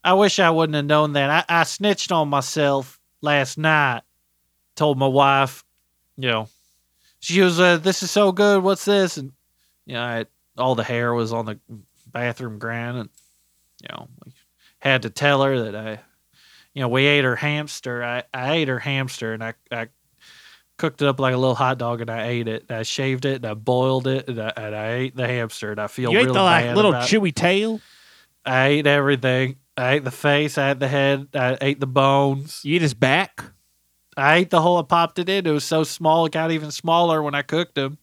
S2: I wish I wouldn't have known that. I, I snitched on myself last night. Told my wife, you know, she was, uh, this is so good. What's this? And, you know, I, all the hair was on the bathroom ground. And, you know, we had to tell her that I, you know, we ate her hamster. I, I ate her hamster and I, I cooked it up like a little hot dog and I ate it. And I shaved it and I boiled it and I, and I ate the hamster and I feel
S3: you ate
S2: really
S3: the like
S2: bad
S3: little
S2: about it.
S3: chewy tail.
S2: I ate everything. I ate the face. I ate the head. I ate the bones.
S3: You eat his back.
S2: I ate the whole. I popped it in. It was so small. It got even smaller when I cooked them.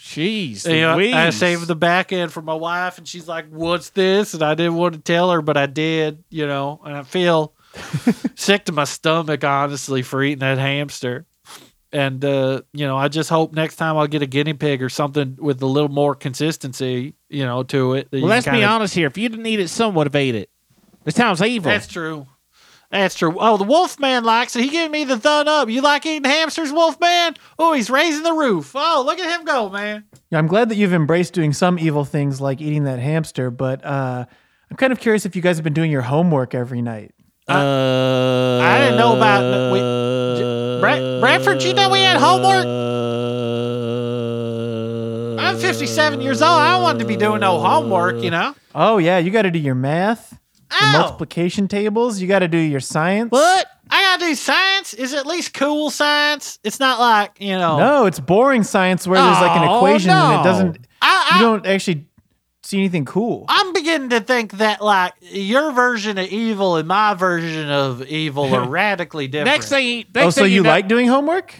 S3: Jeez,
S2: You know, I
S3: Louise.
S2: saved the back end for my wife, and she's like, "What's this?" And I didn't want to tell her, but I did. You know, and I feel sick to my stomach, honestly, for eating that hamster. And uh, you know, I just hope next time I'll get a guinea pig or something with a little more consistency, you know, to it. that
S3: Well,
S2: you
S3: let's
S2: can
S3: be
S2: kinda
S3: honest here. If you didn't eat it, someone would have ate it. This town's evil.
S2: That's true. That's true. Oh, the Wolfman likes it. He giving me the thud up. You like eating hamsters, Wolfman? Oh, he's raising the roof. Oh, look at him go, man.
S4: Yeah, I'm glad that you've embraced doing some evil things like eating that hamster, but uh, I'm kind of curious if you guys have been doing your homework every night.
S3: uh,
S2: I didn't know about- we- Brad- Bradford, you know we had homework? I'm 57 years old. I don't want to be doing no homework, you know?
S4: Oh, yeah, you got to do your math, your
S2: Ow.
S4: multiplication tables, you got to do your science.
S3: What?
S2: I got to do science. Is it at least cool science? It's not like, you know.
S4: No, it's boring science where there's like an
S3: Oh,
S4: equation and
S3: no.
S4: it doesn't,
S2: I,
S4: you
S2: I,
S4: don't actually see anything cool.
S2: I'm beginning to think that, like, your version of evil and my version of evil are radically different.
S3: Next thing, next
S4: Oh, so
S3: thing
S4: you
S3: know-
S4: like doing homework?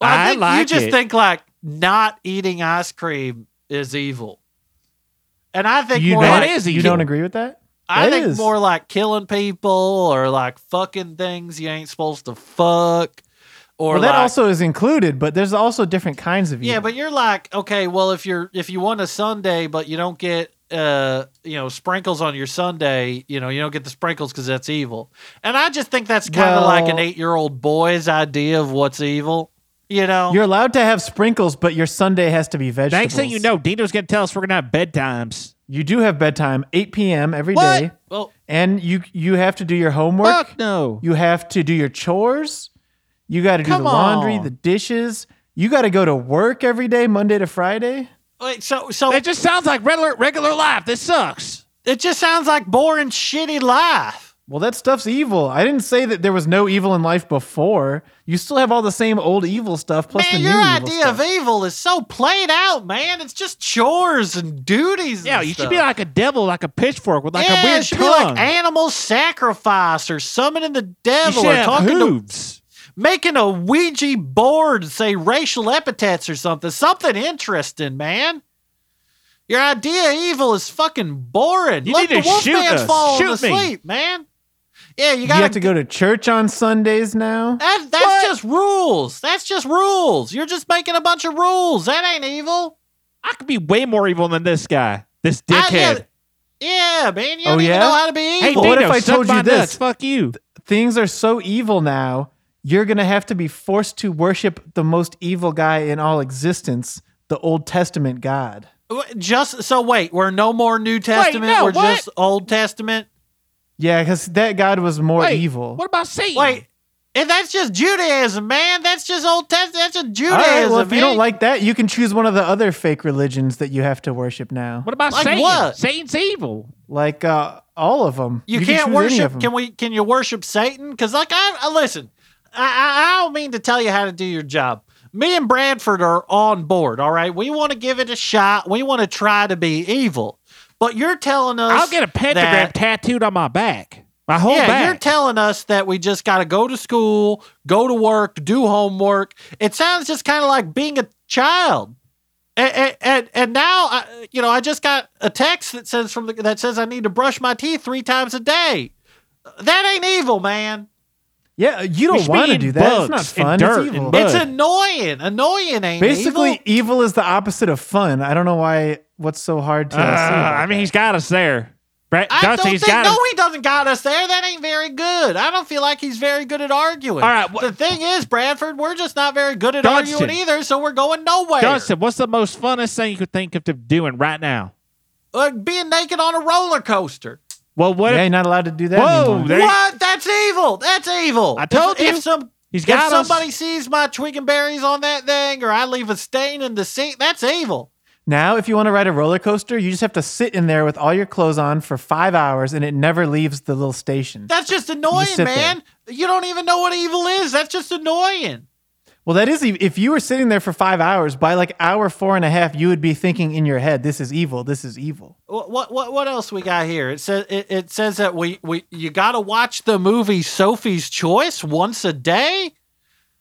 S2: Well, I,
S3: I
S2: think you
S3: like
S2: just
S3: it.
S2: think like not eating ice cream is evil. And I think more
S3: know
S2: like,
S3: it is
S4: You
S3: evil.
S4: don't agree with that?
S2: I
S4: It
S2: think
S4: is.
S2: more like killing people or like fucking things you ain't supposed to fuck or
S4: Well, that
S2: like-
S4: also is included, but there's also different kinds of evil.
S2: Yeah, but you're like, okay, well if you're if you want a Sunday but you don't get uh you know sprinkles on your Sunday, you know, you don't get the sprinkles cuz that's evil. And I just think that's kind of like an
S4: Well-
S2: 8-year-old boy's idea of what's evil, you know.
S4: you're allowed to have sprinkles, but your Sunday has to be vegetables.
S3: Next thing you know, Dino's gonna tell us we're gonna have bedtimes.
S4: you do have bedtime, 8 p.m. every day,
S3: What?
S2: well,
S4: and you you have to do your homework.
S3: Fuck no.
S4: You have to do your chores. You got to do
S3: Come
S4: the laundry,
S3: on.
S4: the dishes. You got to go to work every day, Monday to Friday.
S2: wait, so so
S3: That just sounds like regular regular life. This sucks.
S2: It just sounds like boring, shitty life.
S4: Well, that stuff's evil. I didn't say that there was no evil in life before. You still have all the same old evil stuff plus
S2: man,
S4: the new
S2: your
S4: evil
S2: idea
S4: stuff.
S2: of evil is so played out, man. It's just chores and duties.
S3: Yeah,
S2: and
S3: you
S2: stuff.
S3: should be like a devil, like a pitchfork with like
S2: yeah,
S3: a weird
S2: it should
S3: tongue.
S2: be like animal sacrifice or summoning the
S3: you
S2: devil
S3: should
S2: or
S3: have
S2: talking to,
S3: hooves.
S2: making a Ouija board and say racial epithets or something. Something interesting, man. Your idea of evil is fucking boring.
S3: You
S2: Let
S3: need
S2: the
S3: to shoot
S2: Wolfman's
S3: us.
S2: fall
S3: Shoot me.
S2: asleep, man. Yeah, you
S4: You,
S2: gotta
S4: have to go to church on Sundays now.
S2: That, that's
S3: What?
S2: just rules. That's just rules. You're just making a bunch of rules. That ain't evil.
S3: I could be way more evil than this guy. This dickhead.
S2: I- yeah, yeah, man. You
S4: Oh,
S2: don't even
S4: yeah?
S2: know how to be
S3: hey,
S2: evil.
S4: Well, what
S3: Dino,
S4: if I
S3: suck
S4: told you
S3: my
S4: this?
S3: nuts. Fuck you.
S4: Things are so evil now. You're gonna have to be forced to worship the most evil guy in all existence, the Old Testament God.
S2: W- just so wait, we're no more New Testament.
S3: no,
S2: we're
S3: what?
S2: just Old Testament.
S4: Yeah, because that God was more
S3: Wait,
S4: evil.
S3: What about Satan?
S2: Wait, and that's just Judaism, man. That's just Old Testament. That's just
S4: all
S2: Judaism.
S4: right, well, if you
S3: eh?
S4: don't
S2: man.
S4: like that, you can choose one of the other fake religions that you have to worship now.
S3: What about
S2: Like
S3: Satan?
S2: what?
S3: Satan's evil.
S4: Like uh, all of them.
S2: you, can't worship. Can we? Can you worship Satan? Because like I, I listen, I, I, I don't mean to tell you how to do your job. Me and Bradford are on board. All right, we want to give it a shot. We want to try to be evil, but you're telling us
S3: I'll get a pentagram
S2: that-
S3: tattooed on my back. My whole
S2: yeah,
S3: back.
S2: you're telling us that we just got to go to school, go to work, do homework. It sounds just kind of like being a child. And, and- and, and now, I, you know, I just got a text that says from the, that says I need to brush my teeth three times a day. That ain't evil, man.
S4: Yeah, you
S3: We
S4: don't
S3: should
S4: want
S3: be
S4: to
S3: in
S4: do that. It's not
S3: bugs and
S4: fun.
S3: dirt
S4: It's
S3: and
S4: evil.
S3: bugs.
S2: It's annoying. Annoying ain't
S4: Basically,
S2: evil.
S4: evil? is the opposite of fun. I don't know why. What's so hard to? see
S3: Uh,
S4: about
S3: I mean, he's got us there. Brett
S2: I don't
S3: Dusty,
S2: think
S3: he's got
S2: no,
S3: us.
S2: he doesn't got us there. That ain't very good. I don't feel like he's very good at arguing.
S3: All right, wh-
S2: the thing is, Bradford, we're just not very good at
S3: Dunstan.
S2: arguing either, so we're going nowhere.
S3: Dustin, what's the most funnest thing you could think of to doing right now?
S2: Like being naked on a roller coaster.
S3: Well, what
S4: yeah,
S3: if
S4: you're not allowed to do that.
S3: Whoa,
S4: anymore.
S3: there- They-
S2: what? That's evil. That's evil.
S3: I told
S2: if, if
S3: you.
S2: some
S3: he's
S2: if
S3: got us?
S2: somebody sees my twig and berries on that thing, or I leave a stain in the seat, that's evil.
S4: Now, if you want to ride a roller coaster, you just have to sit in there with all your clothes on for five hours, and it never leaves the little station.
S2: That's just annoying,
S4: sit there.
S2: man. You don't even know what evil is. That's just annoying.
S4: well, that is ev- if you were sitting there for five hours. By like hour four and a half, you would be thinking in your head, "This is evil. This is evil."
S2: What what what, what else we got here? It says it, it says that we we you got to watch the movie Sophie's Choice once a day.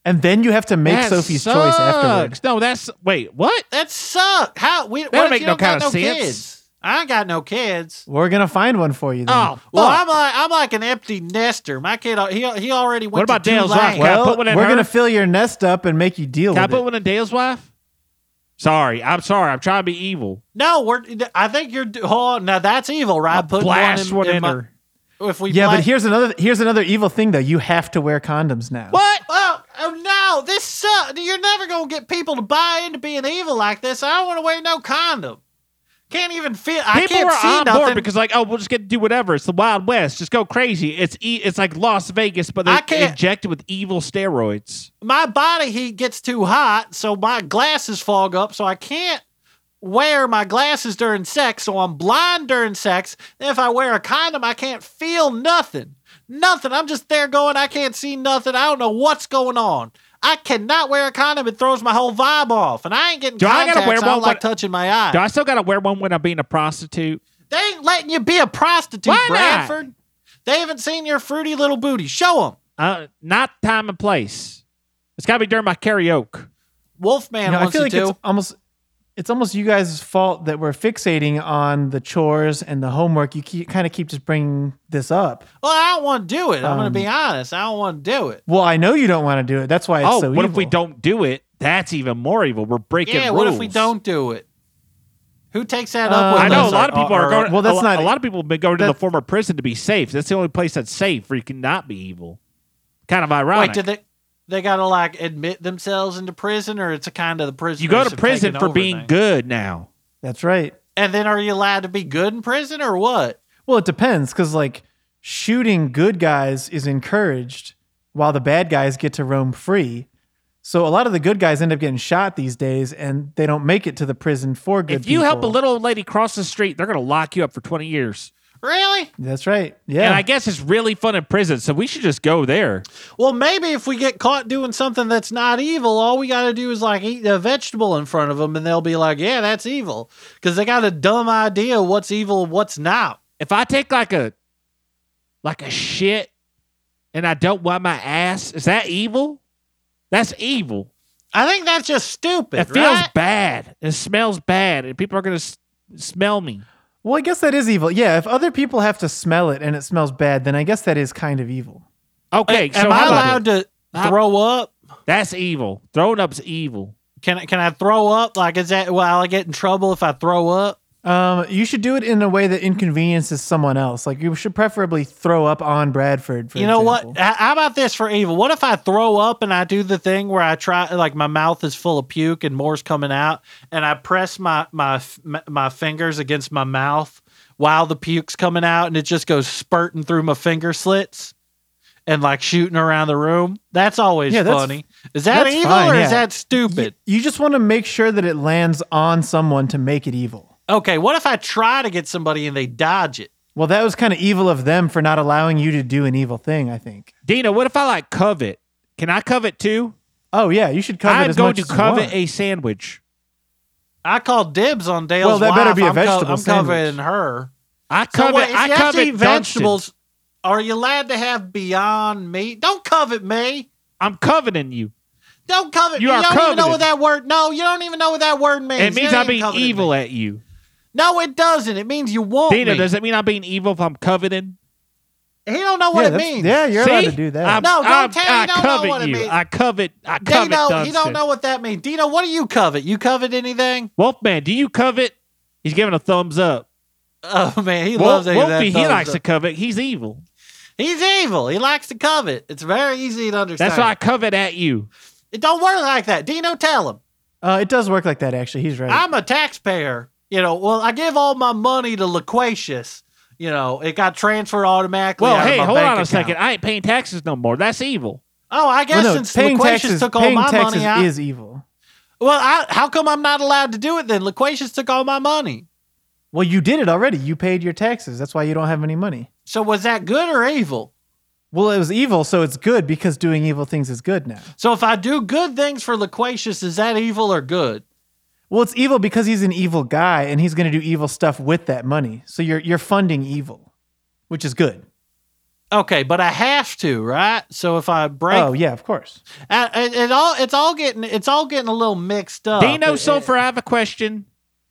S4: And then you have to make
S3: That
S4: Sophie's
S3: sucks.
S4: choice afterwards.
S3: No, that's wait, what?
S2: That suck. How we what
S3: don't
S2: if
S3: make
S2: you
S3: no
S2: don't got
S3: kind of
S2: no
S3: sense.
S2: kids? I ain't got no kids.
S4: We're gonna find one for you. Then.
S3: Oh,
S2: Well,
S3: fuck.
S2: I'm like I'm like an empty nester. My kid, he he already went.
S3: What about
S2: to
S3: Dale's
S2: Tulane.
S3: Rock? Can I
S4: well,
S3: put one in
S4: we're
S3: her?
S4: gonna fill your nest up and make you deal
S3: Can I
S4: with
S3: put
S4: it.
S3: one in Dale's wife? Sorry, I'm sorry. I'm trying to be evil.
S2: No, we're. I think you're. Oh, now that's evil, right?
S3: I'll
S2: Putting
S3: blast
S2: one
S3: one
S2: in,
S3: in,
S2: in my-
S3: her.
S2: If we
S4: Yeah,
S2: blast-
S4: but here's another here's another evil thing though. You have to wear condoms now.
S2: What? Oh, oh no! This sucks. You're never gonna get people to buy into being evil like this. I don't want to wear no condom. Can't even feel. I
S3: People
S2: can't
S3: are
S2: see
S3: on
S2: nothing.
S3: board because like, oh, we'll just get to do whatever. It's the Wild West. Just go crazy. It's e- it's like Las Vegas, but
S2: I
S3: they
S2: can't-
S3: inject it with evil steroids.
S2: my body heat gets too hot, so my glasses fog up, so I can't wear my glasses during sex, so I'm blind during sex. If I wear a condom, I can't feel nothing. Nothing. I'm just there going, I can't see nothing. I don't know what's going on. I cannot wear a condom. It throws my whole vibe off, and I ain't getting
S3: Do I
S2: contacts.
S3: gotta
S2: I,
S3: wear
S2: don't
S3: one
S2: like
S3: when-
S2: touching my eye.
S3: Do I still gotta wear one when I'm being a prostitute?
S2: They ain't letting you be a prostitute,
S3: Why not?
S2: Bradford. They haven't seen your fruity little booty. Show them.
S3: Uh, not time and place. It's gotta be during my karaoke.
S2: Wolfman
S4: You know, I
S2: wants
S4: feel like
S2: to.
S4: it's almost it's almost you guys' fault that we're fixating on the chores and the homework. You keep, kind of keep just bringing this up.
S2: well, I don't want to do it. I'm going
S4: Um,
S2: to be honest. I don't want to do it.
S4: Well, I know you don't want to do it. That's why it's
S3: oh,
S4: so
S3: what if
S4: evil.
S3: we don't do it? That's even more evil. We're breaking
S2: Yeah,
S3: rules.
S2: what if we don't do it? Who takes that
S4: Uh,
S2: up with
S3: I know a
S2: us?
S3: lot of people are,
S2: uh,
S3: going.
S4: well, that's
S3: a,
S4: not-
S3: a lot of people have been going to the
S4: that's-
S3: former prison to be safe. That's the only place that's safe where you cannot be evil. Kind of ironic.
S2: Wait, did they? They gotta like admit themselves into prison, or it's a kind of the prison.
S3: you go to prison for being good now.
S4: That's right.
S2: and then are you allowed to be good in prison or what?
S4: Well, it depends because like shooting good guys is encouraged while the bad guys get to roam free. So a lot of the good guys end up getting shot these days, and they don't make it to the prison for good.
S3: if you help a
S4: people.
S3: little old lady cross the street, they're going to lock you up for 20 years.
S2: Really?
S4: that's right. Yeah,
S3: And I guess it's really fun in prison, so we should just go there.
S2: Well, maybe if we get caught doing something that's not evil, all we gotta do is like eat a vegetable in front of them, and they'll be like, "Yeah, that's evil," because they got a dumb idea of what's evil, what's not.
S3: If I take like a like a shit and I don't wipe my ass, is that evil? That's evil.
S2: I think that's just stupid.
S3: It feels
S2: right?
S3: bad. It smells bad, and people are going to s- smell me.
S4: Well, I guess that is evil. Yeah, if other people have to smell it and it smells bad, then I guess that is kind of evil.
S3: Okay, so
S2: Am
S3: how
S2: I
S3: about
S2: allowed to
S3: How-
S2: throw up?
S3: That's evil. Throwing up's evil.
S2: Can I can I throw up? Like is that will I get in trouble if I throw up?
S4: Um, you should do it in a way that inconveniences someone else. Like you should preferably throw up on Bradford. For
S2: you know
S4: example.
S2: what? H- How about this for evil? What if I throw up and I do the thing where I try like my mouth is full of puke and more's coming out and I press my my f- m- my fingers against my mouth while the puke's coming out and it just goes spurting through my finger slits and like shooting around the room? That's always
S4: Yeah, that's-
S2: funny. Is that
S4: that's
S2: evil
S4: fine,
S2: or
S4: yeah.
S2: is that stupid?
S4: You just want to make sure that it lands on someone to make it evil.
S2: Okay, what if I try to get somebody and they dodge it?
S4: Well, that was kind of evil of them for not allowing you to do an evil thing. I think.
S3: Dina, what if I like covet? Can I covet too?
S4: Oh yeah, you should covet
S3: I'm
S4: as
S3: going
S4: much
S3: to
S4: as you
S3: covet
S4: want.
S3: a sandwich.
S2: I call dibs on
S4: Well,
S2: Dale's
S4: that better
S2: wife.
S4: be a
S2: I'm co-
S4: vegetable
S2: I'm
S4: sandwich.
S2: covering her.
S3: I
S2: So
S3: covet.
S2: wait, if
S3: I
S2: you have
S3: covet
S2: to eat
S3: Dunstan.
S2: vegetables, are you allowed to have beyond meat? Don't covet me.
S3: I'm coveting you.
S2: Don't covet
S3: You
S2: me.
S3: are
S2: you don't even know
S3: coveted.
S2: what that word. No, you don't even know what that word means.
S3: It means
S2: You
S3: I'm
S2: ain't
S3: being
S2: coveted
S3: evil
S2: me.
S3: at you.
S2: No, it doesn't. It means you want
S3: Dina,
S2: me.
S3: does it mean I'm being evil if I'm coveting?
S2: He don't know what
S4: yeah,
S2: it
S4: that's-
S2: means.
S4: Yeah, you're
S3: See?
S4: allowed to do that.
S3: I'm-
S2: No, don't
S3: I'm-
S2: tell me
S3: I
S2: you don't know
S3: covet
S2: what it
S3: you.
S2: means.
S3: I covet. I covet.
S2: Dino, he
S3: Dunstan.
S2: don't know what that means. Dino, what do you covet? You covet anything?
S3: Wolfman, do you covet? He's giving a thumbs up.
S2: Oh man, he
S3: Wolf,
S2: loves it.
S3: Wolfie, he likes to covet. He's evil.
S2: He's evil. He likes to covet. It's very easy to understand.
S3: That's why I covet at you.
S2: It don't work like that. Dino, tell him.
S4: Uh, it does work like that, actually. He's right.
S2: I'm a taxpayer. You know, well, I give all my money to Loquacious. You know, it got transferred automatically.
S3: Well,
S2: out of
S3: hey,
S2: my
S3: hold on
S2: bank
S3: a
S2: account.
S3: second. I ain't paying taxes no more. That's evil.
S2: Oh, I guess
S4: Well, no,
S2: since
S4: paying
S2: Loquacious
S4: taxes,
S2: took all
S4: paying
S2: my
S4: taxes
S2: money out.
S4: is evil.
S2: well, I, how come I'm not allowed to do it then? Loquacious took all my money.
S4: Well, you did it already. You paid your taxes. That's why you don't have any money.
S2: So was that good or evil?
S4: Well, it was evil, so it's good because doing evil things is good now.
S2: So if I do good things for Loquacious, is that evil or good?
S4: Well, it's evil because he's an evil guy and he's going to do evil stuff with that money. So you're you're funding evil, which is good.
S2: Okay, but I have to, right? So if I break,
S4: Oh yeah, of course.
S2: I- it, it all it's all getting it's all getting a little mixed up.
S3: Dino
S2: It-
S3: Sulfur, I have a question.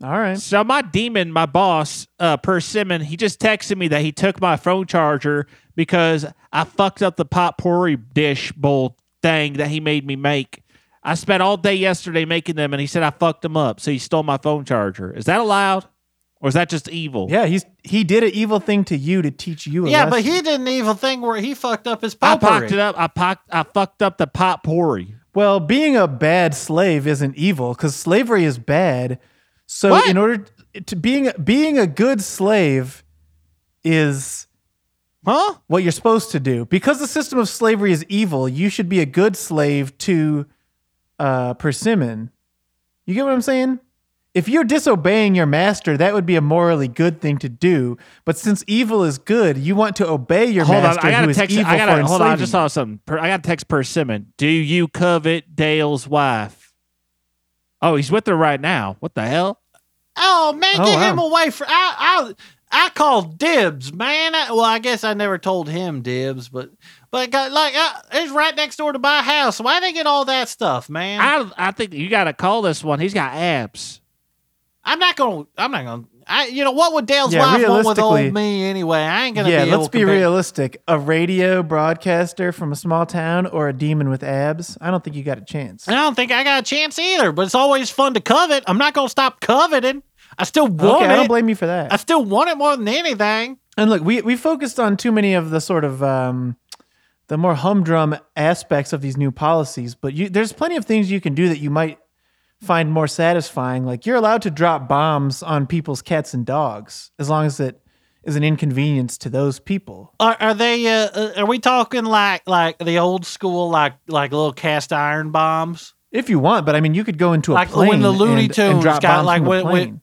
S4: All right.
S3: So my demon, my boss, uh, Persimmon, he just texted me that he took my phone charger because I fucked up the potpourri dish bowl thing that he made me make. I spent all day yesterday making them, and he said I fucked them up, so he stole my phone charger. Is that allowed, or is that just evil?
S4: Yeah, he's he did an evil thing to you to teach you. A
S2: it- yeah, but
S4: lesson.
S2: he did an evil thing where he fucked up his
S3: I
S2: potpourri.
S3: pocked it up. I pocked. I fucked up the potpourri.
S4: well, being a bad slave isn't evil because slavery is bad. So
S3: What?
S4: in order to being being a good slave is
S3: Huh?
S4: what you're supposed to do because the system of slavery is evil. You should be a good slave to uh, persimmon. You get what I'm saying? If you're disobeying your master, that would be a morally good thing to do. But since evil is good, you want to obey your
S3: Hold on,
S4: master who
S3: I gotta
S4: is
S3: text.
S4: evil
S3: I
S4: for
S3: gotta hold
S4: enslaving
S3: on. I just
S4: you.
S3: saw something. Per, I gotta text Persimmon. Do you covet Dale's wife? Oh, he's with her right now. What the hell?
S2: Oh man,
S4: Oh,
S2: get
S4: wow.
S2: him away from I I I called dibs, man. I, well, I guess I never told him dibs, but but got, like uh, it's right next door to my house. Why they get all that stuff, man? I,
S3: I I think you gotta call this one. He's got abs.
S2: am not gonna. I'm not gonna. I you know what would Dale's
S4: Yeah,
S2: wife want with
S4: realistically-
S2: old me anyway? I ain't gonna.
S4: yeah,
S2: be able
S4: let's
S2: to
S4: be
S2: compare-
S4: realistic. A radio broadcaster from a small town or a demon with abs? I don't think you got a chance.
S2: I don't think I got a chance either, but it's always fun to covet. I'm not gonna stop coveting. I still want
S4: Okay, I
S2: it.
S4: don't blame you for that.
S2: I still want it more than anything.
S4: And look, we we focused on too many of the sort of um, the more humdrum aspects of these new policies, but you, there's plenty of things you can do that you might find more satisfying. Like you're allowed to drop bombs on people's cats and dogs as long as it is an inconvenience to those people.
S2: Are, are they? Uh, uh, are we talking like like the old school like like little cast iron bombs?
S4: If you want, but I mean, you could go into a
S2: Like
S4: plane
S2: when the
S4: and-
S2: Looney
S4: and,
S2: Tunes
S4: drop
S2: got,
S4: bombs
S2: like,
S4: from a
S2: when- when-
S4: plane.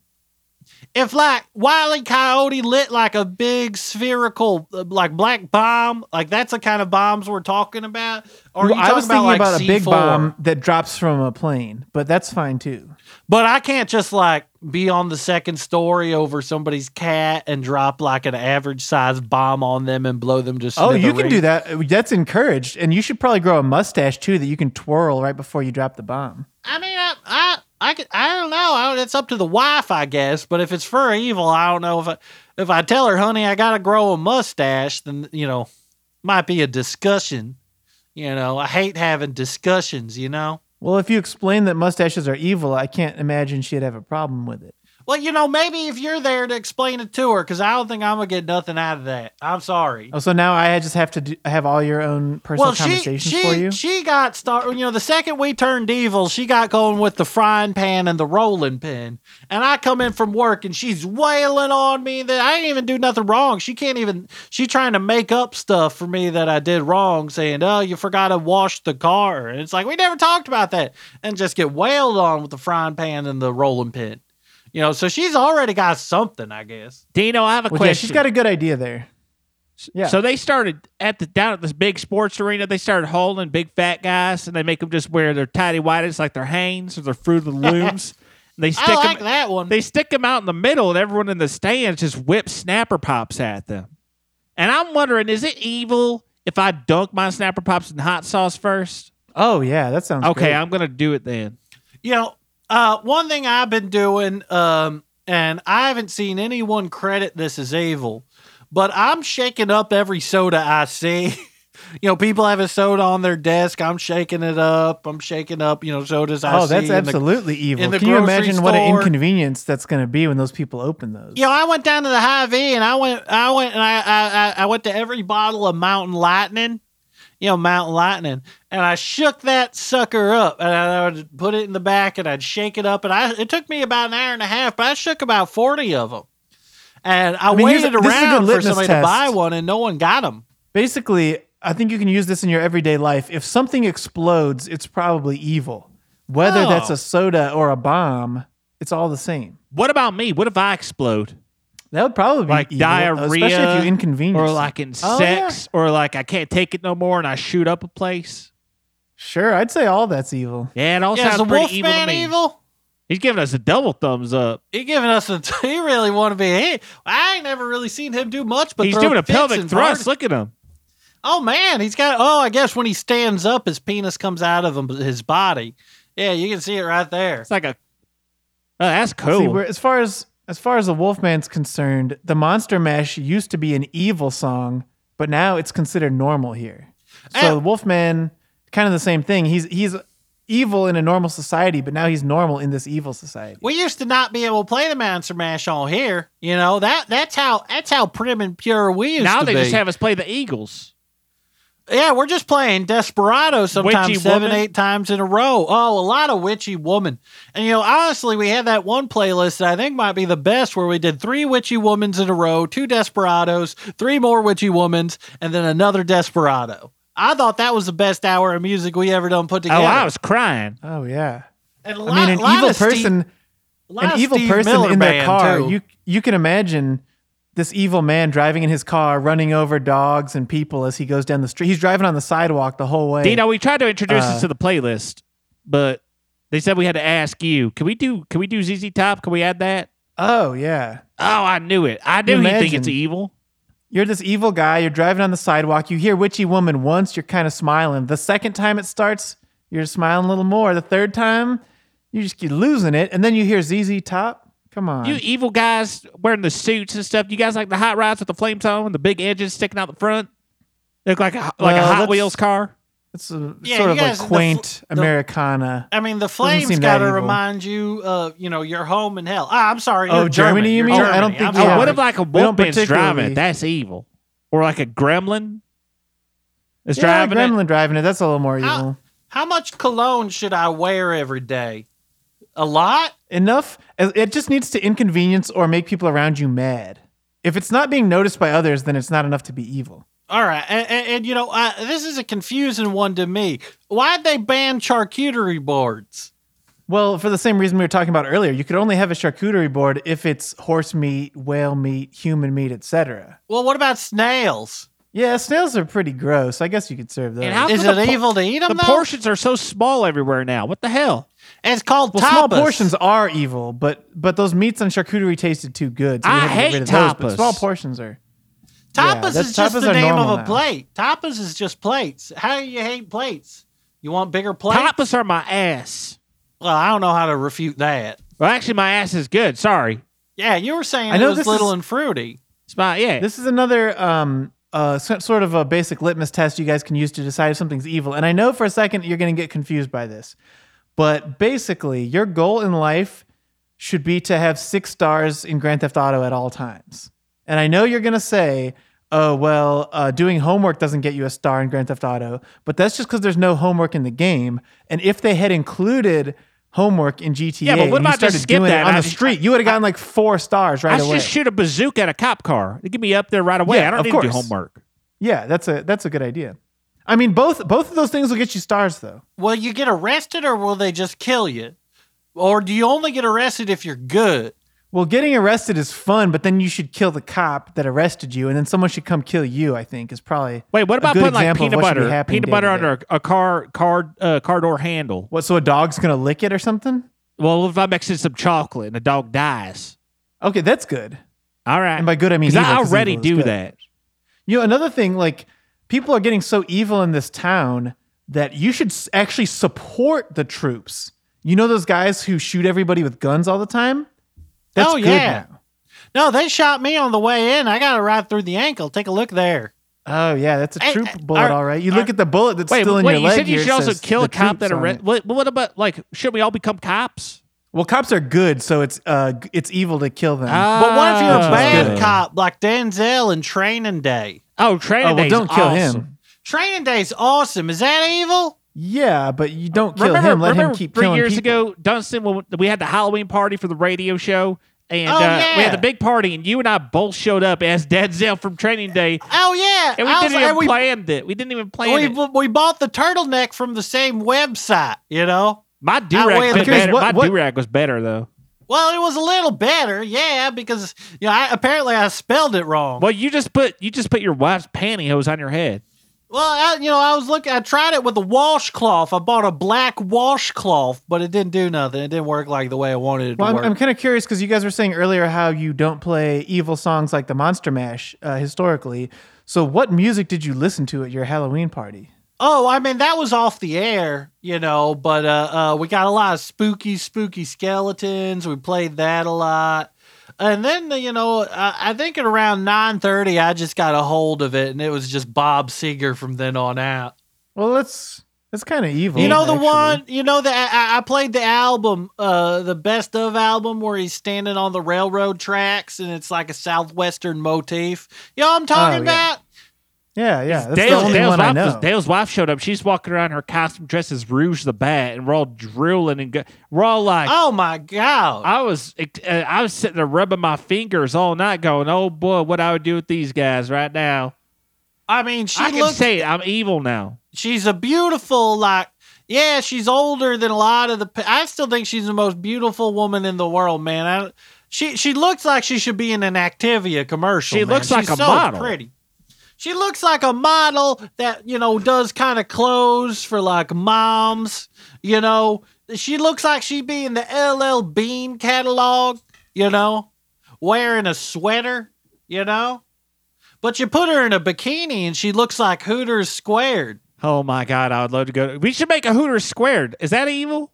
S2: if like Wile E. Coyote lit like a big spherical uh, like black bomb, like that's the kind of bombs we're talking about. Or are you
S4: Well, I
S2: talking
S4: was thinking
S2: like,
S4: about a big
S2: C4?
S4: bomb that drops from a plane, but that's fine too.
S2: But I can't just like be on the second story over somebody's cat and drop like an average size bomb on them and blow them to.
S4: Oh, you can do
S2: smithereens.
S4: that. That's encouraged, and you should probably grow a mustache too that you can twirl right before you drop the bomb.
S2: I mean, I I I, could, I don't know. I, it's up to the wife, I guess. But if it's for evil, I don't know if I, if I tell her, honey, I gotta grow a mustache, then you know, might be a discussion. You know, I hate having discussions. You know.
S4: Well, if you explain that mustaches are evil, I can't imagine she'd have a problem with it.
S2: Well, you know, maybe if you're there to explain it to her, because I don't think I'm gonna get nothing out of that. I'm sorry.
S4: Oh, so now I just have to do, have all your own personal
S2: Well, she
S4: conversations
S2: she
S4: for you.
S2: she got started. You know, the second we turned evil, she got going with the frying pan and the rolling pin. And I come in from work, and she's wailing on me that I didn't even do nothing wrong. She can't even. She trying to make up stuff for me that I did wrong, saying, "Oh, you forgot to wash the car." And it's like we never talked about that, and just get wailed on with the frying pan and the rolling pin. You know, so she's already got something, I guess.
S3: Dino, I have a
S4: Well,
S3: question.
S4: yeah, she's got a good idea there. Yeah.
S3: So they started at the down at this big sports arena. They started hauling big fat guys, and they make them just wear their tidy whities like their Hanes or their Fruit of the Looms. and they stick
S2: Oh, I like
S3: them.
S2: that one.
S3: They stick them out in the middle, and everyone in the stands just whips snapper pops at them. And I'm wondering, is it evil if I dunk my snapper pops in hot sauce first?
S4: Oh yeah, that sounds
S3: okay,
S4: great.
S3: I'm gonna do it then.
S2: you know, uh, one thing I've been doing, um, and I haven't seen anyone credit this as evil, but I'm shaking up every soda I see. you know, people have a soda on their desk. I'm shaking it up. I'm shaking up, you know, sodas I see.
S4: Oh, that's
S2: in the-
S4: absolutely evil.
S2: in the
S4: Can you
S2: grocery
S4: imagine what an
S2: store.
S4: inconvenience that's going to be when those people open those?
S2: you know, I went down to the high V and I went, I went, and I, I, I- I went to every bottle of Mountain Lightning, you know, Mountain Lightning, and I shook that sucker up, and I would put it in the back, and I'd shake it up, and I, it took me about an hour and a half, but I shook about forty of them, and I,
S4: I mean, here's a-
S2: waited
S4: this is a good
S2: around for
S4: litmus
S2: somebody to
S4: test.
S2: buy one, and no one got them.
S4: Basically, I think you can use this in your everyday life. If something explodes, it's probably evil. Whether
S3: Oh.
S4: that's a soda or a bomb, it's all the same.
S3: What about me? What if I explode?
S4: That would probably be
S3: Like
S4: evil,
S3: diarrhea,
S4: especially if you inconvenience.
S3: Or
S4: them.
S3: like in
S4: Oh, yeah.
S3: sex, or like I can't take it no more and I shoot up a place.
S4: sure, I'd say all that's evil.
S3: Yeah, it all
S2: Yeah, is the
S3: sounds pretty evil to
S2: Wolfman
S3: me.
S2: evil?
S3: He's giving us a double thumbs up.
S2: He giving us a. He really want to be. He, I ain't never really seen him do much, but
S3: He's
S2: throw
S3: doing a
S2: fits
S3: pelvic
S2: and
S3: thrust.
S2: party.
S3: Look at him.
S2: Oh man, he's got. Oh, I guess when he stands up, his penis comes out of him, his body. Yeah, you can see it right there.
S3: It's like a. Oh, that's cool.
S4: See, where, as far as as far as the Wolfman's concerned, the Monster Mash used to be an evil song, but now it's considered normal here. So
S2: Eh.
S4: the Wolfman, kind of the same thing. He's he's evil in a normal society, but now he's normal in this evil society.
S2: We used to not be able to play the Monster Mash on here. You know that that's how that's how prim and pure we used
S3: now
S2: to
S3: they
S2: be.
S3: just have us play the Eagles.
S2: yeah, we're just playing Desperado sometimes
S3: Witchy
S2: seven,
S3: Woman.
S2: eight times in a row. Oh, a lot of witchy woman. And you know, honestly, we had that one playlist that I think might be the best, where we did three witchy womans in a row, two Desperados, three more witchy womans, and then another Desperado. I thought that was the best hour of music we ever done put together.
S3: Oh, I was crying.
S4: Oh yeah,
S2: And a
S4: I mean, an
S2: lot- lot
S4: evil
S2: of Steve-
S4: person,
S2: a lot
S4: an
S2: of
S4: evil
S2: Steve
S4: person
S2: Miller
S4: in their
S2: Band,
S4: car.
S2: too.
S4: You you can imagine this evil man driving in his car, running over dogs and people as he goes down the street. He's driving on the sidewalk the whole way.
S3: Dino, we tried to introduce
S4: Uh,
S3: us to the playlist, but they said we had to ask you. Can we do? Can we do ZZ Top? Can we add that?
S4: oh yeah.
S3: Oh, I knew it. I knew he'd think it's
S4: Imagine.
S3: evil.
S4: You're this evil guy. You're driving on the sidewalk. You hear witchy woman once. You're kind of smiling. The second time it starts, you're smiling a little more. The third time, you just keep losing it. And then you hear ZZ Top. Come on.
S3: You evil guys wearing the suits and stuff. You guys like the hot rods with the flames on and the big engines sticking out the front. Look like a like
S4: Well,
S3: a Hot
S4: that's-
S3: Wheels car.
S4: it's a
S2: Yeah,
S4: sort of
S2: you
S4: like
S2: guys- the fl-
S4: quaint
S2: the-
S4: Americana.
S2: I mean, the flames
S4: seem
S2: got to
S4: that evil.
S2: remind you of you know your home in hell. Ah, I'm sorry.
S4: Oh,
S2: you're
S4: Germany, you
S2: You're
S4: mean? I
S2: Germany.
S4: don't think
S2: I'm
S4: we
S3: Oh,
S4: Yeah.
S2: sorry.
S3: what if like a
S4: We don't
S3: Wolfman's driving
S4: particularly-
S3: it? That's evil. Or like a gremlin is
S4: yeah,
S3: driving it.
S4: Gremlin driving it. That's a little more evil.
S2: How- How much cologne should I wear every day? A lot.
S4: Enough. as- It just needs to inconvenience or make people around you mad. If it's not being noticed by others, then it's not enough to be evil.
S2: All right, and, and, and, you know uh, this is a confusing one to me. Why'd they ban charcuterie boards?
S4: Well, for the same reason we were talking about earlier, you could only have a charcuterie board if it's horse meat, whale meat, human meat, etc.
S2: Well, what about snails?
S4: Yeah, snails are pretty gross. I guess you could serve those.
S3: And how-
S2: Is
S3: could
S2: it
S3: the por-
S2: evil to eat them?
S3: The
S2: though?
S3: portions are so small everywhere now. What the hell?
S2: It's called
S4: well, small
S2: tapas.
S4: portions are evil, but but those meats and charcuterie tasted too good. So we
S3: I
S4: had to get
S3: hate
S4: rid of those, but
S3: tapas.
S4: small portions are. Yeah,
S2: Tapas
S4: that's-
S2: is just
S4: tapas
S2: the
S4: are
S2: name
S4: normal
S2: of a
S4: now.
S2: plate. Tapas is just plates. How do you hate plates? You want bigger plates?
S3: Tapas are my ass.
S2: well, I don't know how to refute that.
S3: Well, actually, my ass is good. Sorry.
S2: Yeah, you were saying
S4: I
S2: it
S4: know
S2: was
S4: this
S2: little
S4: is-
S2: and fruity.
S3: It's my, yeah.
S4: This is another um uh so- sort of a basic litmus test you guys can use to decide if something's evil. And I know for a second you're going to get confused by this, but basically your goal in life should be to have six stars in Grand Theft Auto at all times. And I know you're going to say, oh, well, uh, doing homework doesn't get you a star in Grand Theft Auto, but that's just because there's no homework in the game. And if they had included homework in GTA,
S3: Yeah, but
S4: and
S3: what
S4: you
S3: about just
S4: started
S3: skip
S4: doing
S3: that
S4: it
S3: and
S4: on
S3: I
S4: the
S3: just-
S4: street, you would have gotten like four stars
S3: I
S4: right
S3: should
S4: away.
S3: just shoot a bazooka at a cop car. They get me up there right away.
S4: Yeah,
S3: I don't
S4: of
S3: need to do
S4: course.
S3: homework.
S4: Yeah, that's a that's a good idea. I mean, both both of those things will get you stars, though.
S2: Will you get arrested or will they just kill you? Or do you only get arrested if you're good?
S4: Well, getting arrested is fun, but then you should kill the cop that arrested you, and then someone should come kill you. I think is probably
S3: Wait, what
S4: a
S3: about
S4: good
S3: putting like
S4: example of
S3: peanut
S4: what should be
S3: butter,
S4: happening
S3: peanut
S4: day
S3: butter
S4: to day.
S3: under a, a car, car, uh, car door handle?
S4: What? So a dog's gonna lick it or something?
S3: Well, if I mix in some chocolate and the dog dies,
S4: Okay, that's good.
S3: all right.
S4: And by good, I mean
S3: Because I
S4: evil, 'cause
S3: already
S4: evil is
S3: do
S4: good.
S3: that.
S4: You know, another thing, like people are getting so evil in this town that you should s- actually support the troops. You know those guys who shoot everybody with guns all the time? That's
S2: Oh,
S4: good
S2: yeah.
S4: now.
S2: No, they shot me on the way in. I got it right through the ankle. Take a look there.
S4: Oh yeah, that's a
S2: Hey,
S4: troop
S2: uh,
S4: bullet,
S2: are-
S4: all right. You
S2: are-
S4: look at the bullet that's
S3: Wait,
S4: still in
S3: wait.
S4: your
S3: You
S4: leg.
S3: said you
S4: here, it
S3: should also
S4: says
S3: kill
S4: the
S3: a cop that
S4: troops on
S3: arrested.
S4: it.
S3: What, what about like? Should we all become cops?
S4: Well, cops are good, so it's uh, g- it's evil to kill them.
S2: But what if you're a
S3: Ah.
S2: bad
S1: good.
S2: cop like Denzel in Training Day?
S3: Oh, training
S4: oh well,
S3: Day's
S4: don't kill
S3: awesome.
S4: him.
S2: Training Day's awesome. Is that evil?
S4: Yeah, but you don't kill
S3: remember,
S4: him. Let
S3: remember
S4: him keep
S3: three
S4: killing
S3: years
S4: people.
S3: ago, Dunstan, when we had the Halloween party for the radio show, and
S2: Oh,
S3: uh, we
S2: yeah.
S3: had the big party, and you and I both showed up as Denzel from Training Day,
S2: Oh yeah.
S3: and we
S2: I was-
S3: didn't even
S2: we,
S3: plan it. We didn't even plan
S2: we,
S3: it.
S2: we bought the turtleneck from the same website, you know?
S3: My do
S2: I went-
S3: rag was
S2: Because
S3: better.
S4: what-
S3: My
S4: what-
S3: do rag was better though.
S2: Well, it was a little better, yeah, because you know, I, apparently I spelled it wrong.
S3: Well, you just put you just put your wife's pantyhose on your head.
S2: Well, I, you know, I was looking. I tried it with a washcloth. I bought a black washcloth, but it didn't do nothing. It didn't work like the way I wanted it to
S4: Well, I'm,
S2: work.
S4: I'm kind of curious because you guys were saying earlier how you don't play evil songs like the Monster Mash uh, historically. So, what music did you listen to at your Halloween party?
S2: oh, I mean, that was off the air, you know. But uh, uh, we got a lot of spooky, spooky skeletons. We played that a lot, and then you know, I, I think at around nine thirty, I just got a hold of it, and it was just Bob Seger from then on out.
S4: Well, that's that's kind of evil.
S2: You know the
S4: Oh, actually.
S2: one. You know the I, I played the album, uh, the best of album, where he's standing on the railroad tracks, and it's like a southwestern motif. You know what I'm talking
S4: Oh, yeah.
S2: about?
S4: Yeah, yeah. That's the
S3: Dale's,
S4: only
S3: Dale's
S4: one I
S3: wife
S4: know.
S3: was, Dale's wife showed up. She's walking around in her costume dressed as Rouge the Bat, and we're all drooling and go, we're all like,
S2: Oh my god!
S3: I was uh, I was sitting there rubbing my fingers all night, going, "Oh boy, what I would do with these guys right now."
S2: I mean, she
S3: I can
S2: looks.
S3: say it. I'm evil now.
S2: she's a beautiful like. Yeah, she's older than a lot of the. pe- I still think she's the most beautiful woman in the world, man. I, she she looks like she should be in an Activia commercial.
S3: She
S2: man.
S3: looks like
S2: She's
S3: a
S2: so
S3: model.
S2: Pretty. She looks like a model that you know does kind of clothes for like moms. You know, she looks like she'd be in the LL Bean catalog. You know, wearing a sweater. You know, but you put her in a bikini and she looks like Hooters squared.
S3: Oh my god, I would love to go. To, we should make a Hooters squared. Is that evil?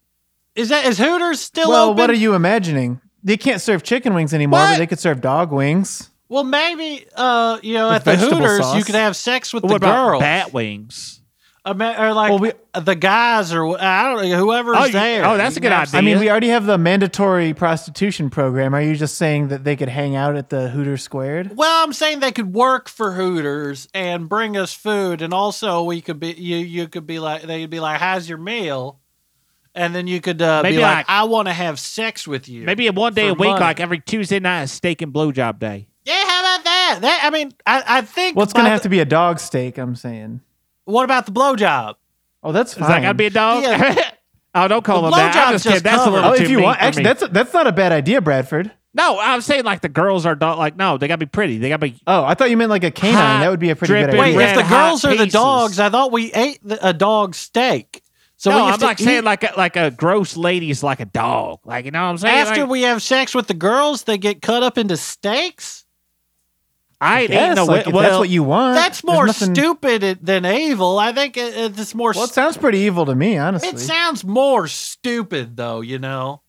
S2: Is that is Hooters still
S4: well,
S2: open?
S4: what are you imagining? They can't serve chicken wings anymore,
S2: What?
S4: but they could serve dog wings.
S2: well, maybe uh, you know,
S4: With
S2: at the
S4: vegetable
S2: Hooters
S4: sauce.
S2: you could have sex with
S3: what
S2: the girl,
S3: about bat wings?
S2: or like
S4: Well, we-
S2: the guys, or I don't know, whoever's
S3: Oh, you-
S2: there.
S3: oh, that's
S2: You
S3: a good
S2: know?
S3: idea.
S4: I mean, we already have the mandatory prostitution program. Are you just saying that they could hang out at the Hooter Squared?
S2: Well, I'm saying they could work for Hooters and bring us food, and also we could be you. You could be like they'd be like, "How's your meal?" And then you could uh,
S3: Maybe
S2: be like,
S3: like-
S2: "I want to have sex with you."
S3: Maybe one day
S2: For
S3: a week,
S2: money.
S3: like every Tuesday night, is steak and blowjob day.
S2: yeah. How about that? That I mean, I, I think.
S4: Well, it's going
S2: by
S4: to have to
S2: the-
S4: be a dog steak, I'm saying.
S2: What about the blowjob?
S4: Oh, that's
S3: Is
S4: fine.
S3: that gotta be a dog?
S2: Yeah.
S3: oh, don't call
S2: The
S3: them that.
S2: blowjob's
S3: I'm just kidding.
S2: just
S3: That's a
S2: covered.
S3: little
S4: Oh,
S3: too
S4: if you
S3: mean
S4: want,
S3: for
S4: actually,
S3: me.
S4: that's that's not a bad idea, Bradford.
S3: no. I'm saying like the girls are dog. Like no, they gotta be pretty. They gotta be.
S4: Oh, I thought you meant like a canine.
S3: Hot,
S4: that would be a pretty good
S3: dripping
S4: idea.
S2: Wait,
S3: red
S2: if the
S3: hot
S2: girls are the
S3: pieces.
S2: dogs, I thought we ate the, a dog steak. So
S3: no,
S2: we have
S3: I'm
S2: to
S3: like
S2: eat-
S3: saying like a, like a gross lady's like a dog. Like you know what I'm saying?
S2: after
S3: Like,
S2: we have sex with the girls, they get cut up into steaks.
S3: I ain't eating
S4: Yes,
S3: no
S4: like,
S3: wi-
S4: if
S3: well,
S4: that's what you want.
S2: That's
S4: Uh, there's
S2: more
S4: nothing-
S2: stupid it- than evil. I think it, it- it's more.
S4: Well, it
S2: st-
S4: sounds pretty evil to me, honestly.
S2: it sounds more stupid though, you know.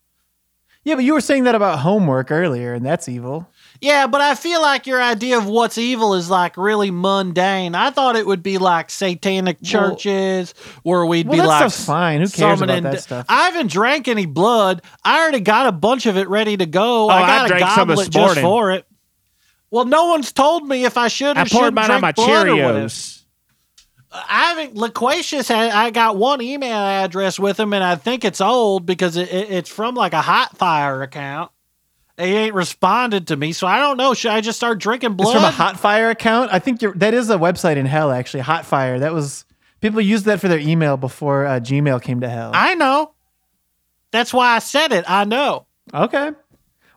S4: yeah, but you were saying that about homework earlier, and that's evil.
S2: Yeah, but I feel like your idea of what's evil is like really mundane. I thought it would be like satanic churches where we'd
S4: Well,
S2: be
S4: that
S2: like
S4: stuff's fine. Who cares about
S2: summoning-
S4: that stuff?
S2: I haven't drank any blood. I already got a bunch of it ready to
S4: Oh,
S2: go. I
S3: I
S2: got a
S3: drank some this
S2: goblet just
S3: morning.
S2: for it. Well, no one's told me if I should or
S3: I poured
S2: shouldn't
S3: mine
S2: drink
S3: on my
S2: blood or whatever.
S3: Cheerios.
S2: I haven't loquacious. Had, I got one email address with him, and I think it's old because it, it, it's from like a hot fire account. He ain't responded to me, so I don't know. Should I just start drinking
S4: It's
S2: blood?
S4: from a Hotfire account. I think you're, that is a website in hell, actually. Hotfire. That was people used that for their email before uh, Gmail came to hell.
S2: I know. That's why I said it. I know.
S4: okay. Well,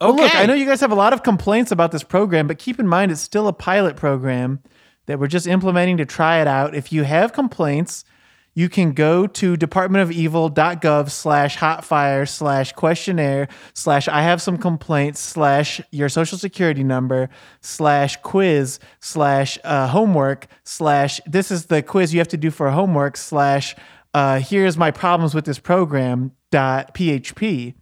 S4: Oh, look,
S2: Okay.
S4: I know you guys have a lot of complaints about this program, but keep in mind it's still a pilot program that we're just implementing to try it out. If you have complaints, you can go to departmentofevil.gov slash hotfire slash questionnaire slash I have some complaints slash your social security number slash quiz slash uh, homework slash this is the quiz you have to do for homework slash uh, here's my problems with this program dot php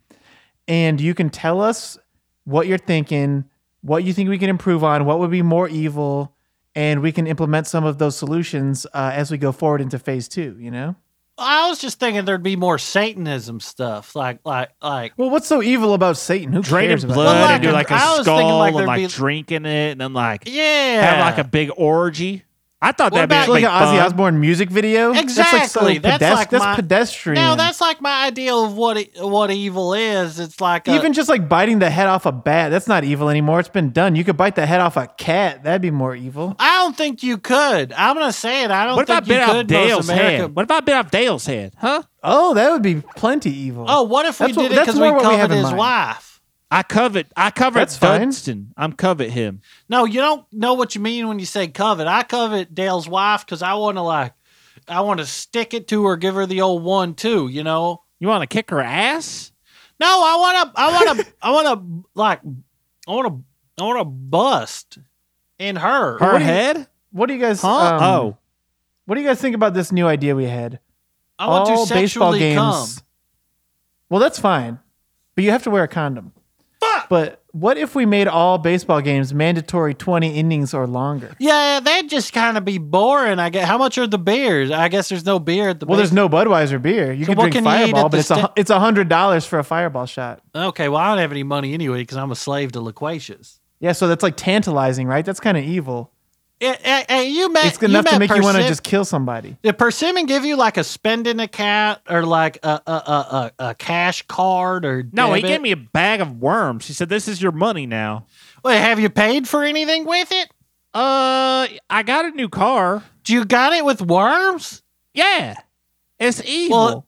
S4: and you can tell us what you're thinking, what you think we can improve on, what would be more evil, and we can implement some of those solutions uh, as we go forward into phase two. You know.
S2: I was just thinking there'd be more Satanism stuff, like like like
S4: Well, what's so evil about Satan? Who
S3: Draining
S4: cares?
S3: blood
S4: about
S2: Well,
S3: and do
S2: like,
S3: like a
S2: I was thinking,
S3: skull
S2: like,
S3: and
S2: there'd
S3: like
S2: be-
S3: drinking it and then like
S2: yeah,
S3: have like a big orgy. I thought
S2: What
S3: that'd be
S2: about-
S3: like,
S4: It's like an Ozzy
S3: fun.
S4: Osbourne music video. That's like,
S2: Exactly.
S4: so
S2: That's
S4: pedes-
S2: like
S4: that's
S2: my-
S4: pedestrian.
S2: No, that's like my idea of what e- what evil is. It's like a,
S4: even just like biting the head off a bat. That's not evil anymore. It's been done. You could bite the head off a cat. That'd be more evil.
S2: I don't think you could. I'm gonna say it. I don't
S3: What if I
S2: think you
S3: bit
S2: could.
S3: off Dale's
S2: most America.
S3: head? What if I bit off Dale's head? Huh?
S4: Oh, that would be plenty evil.
S2: Oh, what if we
S4: That's what-
S2: did it
S4: that's
S2: because we
S4: more what we have
S2: covered
S4: in
S2: his
S4: mind.
S2: wife?
S3: I covet. I covet
S4: That's fine.
S3: Dunstan. I'm covet him.
S2: No, you don't know what you mean when you say covet. I covet Dale's wife because I want to like, I want to stick it to her, give her the old one too. You know?
S3: You want to kick her ass?
S2: No, I want to. I want to. I want to like. I want to. I want to bust in her.
S3: Her
S4: do you-
S3: head?
S4: what do you guys?
S3: huh?
S4: um,
S3: oh,
S4: what do you guys think about this new idea we had?
S2: I want
S4: All
S2: to sexually come.
S4: Well, that's fine, but you have to wear a condom. Fuck. But what if we made all baseball games mandatory twenty innings or longer?
S2: Yeah, that'd just kind of be boring. I guess. How much are the beers? I guess there's no beer at the.
S4: Well, there's
S2: base-
S4: no Budweiser beer. You
S2: So
S4: can
S2: what
S4: drink
S2: can you eat
S4: Fireball,
S2: at
S4: but
S2: the
S4: it's a,
S2: sta-
S4: hu- it's a hundred dollars for a Fireball shot.
S2: Okay, well, I don't have any money anyway because I'm a slave to Loquacious.
S4: Yeah, so that's like tantalizing, right? That's kind of evil.
S2: Eh, eh, eh, you met,
S4: It's enough to
S2: met
S4: make you want to
S2: Persim-
S4: just kill somebody.
S2: Did Persimmon give you like a spending account or like a a a, a, a cash card or
S3: no! He
S2: debit?
S3: gave me a bag of worms. He said, "This is your money now."
S2: Wait, have you paid for anything with it?
S3: Uh, I got a new car.
S2: Do you got it with worms?
S3: Yeah, it's evil.
S2: Well-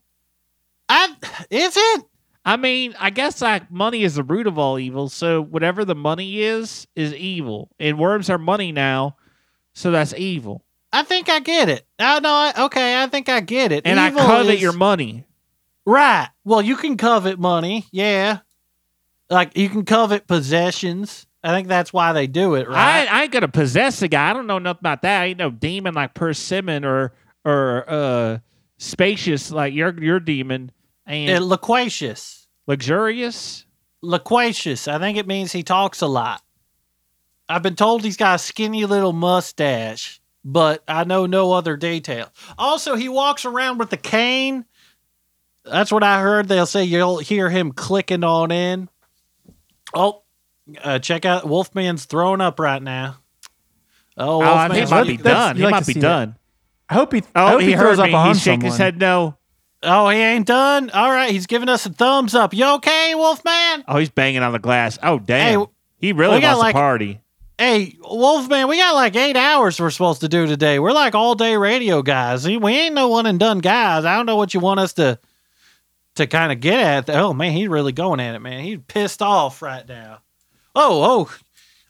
S2: I is it?
S3: I mean, I guess like money is the root of all evil. So whatever the money is, is evil. And worms are money now, so that's evil.
S2: I think I get it. Oh no, I, okay, I think I get it.
S3: And
S2: Evil
S3: I covet
S2: is-
S3: your money.
S2: right. Well, you can covet money, yeah. Like you can covet possessions. I think that's why they do it, right?
S3: I, I ain't gonna possess a guy. I don't know nothing about that. I ain't no demon like Persimmon or or uh spacious like your your demon
S2: Uh,
S3: and
S2: loquacious.
S3: luxurious.
S2: loquacious. I think it means he talks a lot. I've been told he's got a skinny little mustache, but I know no other detail. Also, he walks around with a cane. That's what I heard. They'll say you'll hear him clicking on in. Oh, uh, check out Wolfman's thrown up right now. Oh,
S3: Oh, I
S2: Wolfman's
S3: think he might
S4: what-
S3: be
S4: that's-
S3: done.
S4: you
S3: He
S4: like
S3: might
S4: to
S3: be
S4: see it.
S3: done.
S4: I hope he. I
S3: Oh,
S4: hope
S3: he,
S4: he,
S3: heard
S4: throws
S3: me.
S4: up on
S3: He shake
S4: someone.
S3: his head no.
S2: oh, he ain't done. All right, he's giving us a thumbs up. You okay, Wolfman?
S3: Oh, he's banging on the glass. Oh, damn.
S2: Hey,
S3: he really
S2: we got,
S3: wants
S2: like-
S3: a party.
S2: Hey, Wolfman, we got like eight hours we're supposed to do today. We're like all day radio guys. We ain't no one and done guys. I don't know what you want us to to kind of get at. Oh man, he's really going at it, man. He's pissed off right now. Oh, oh,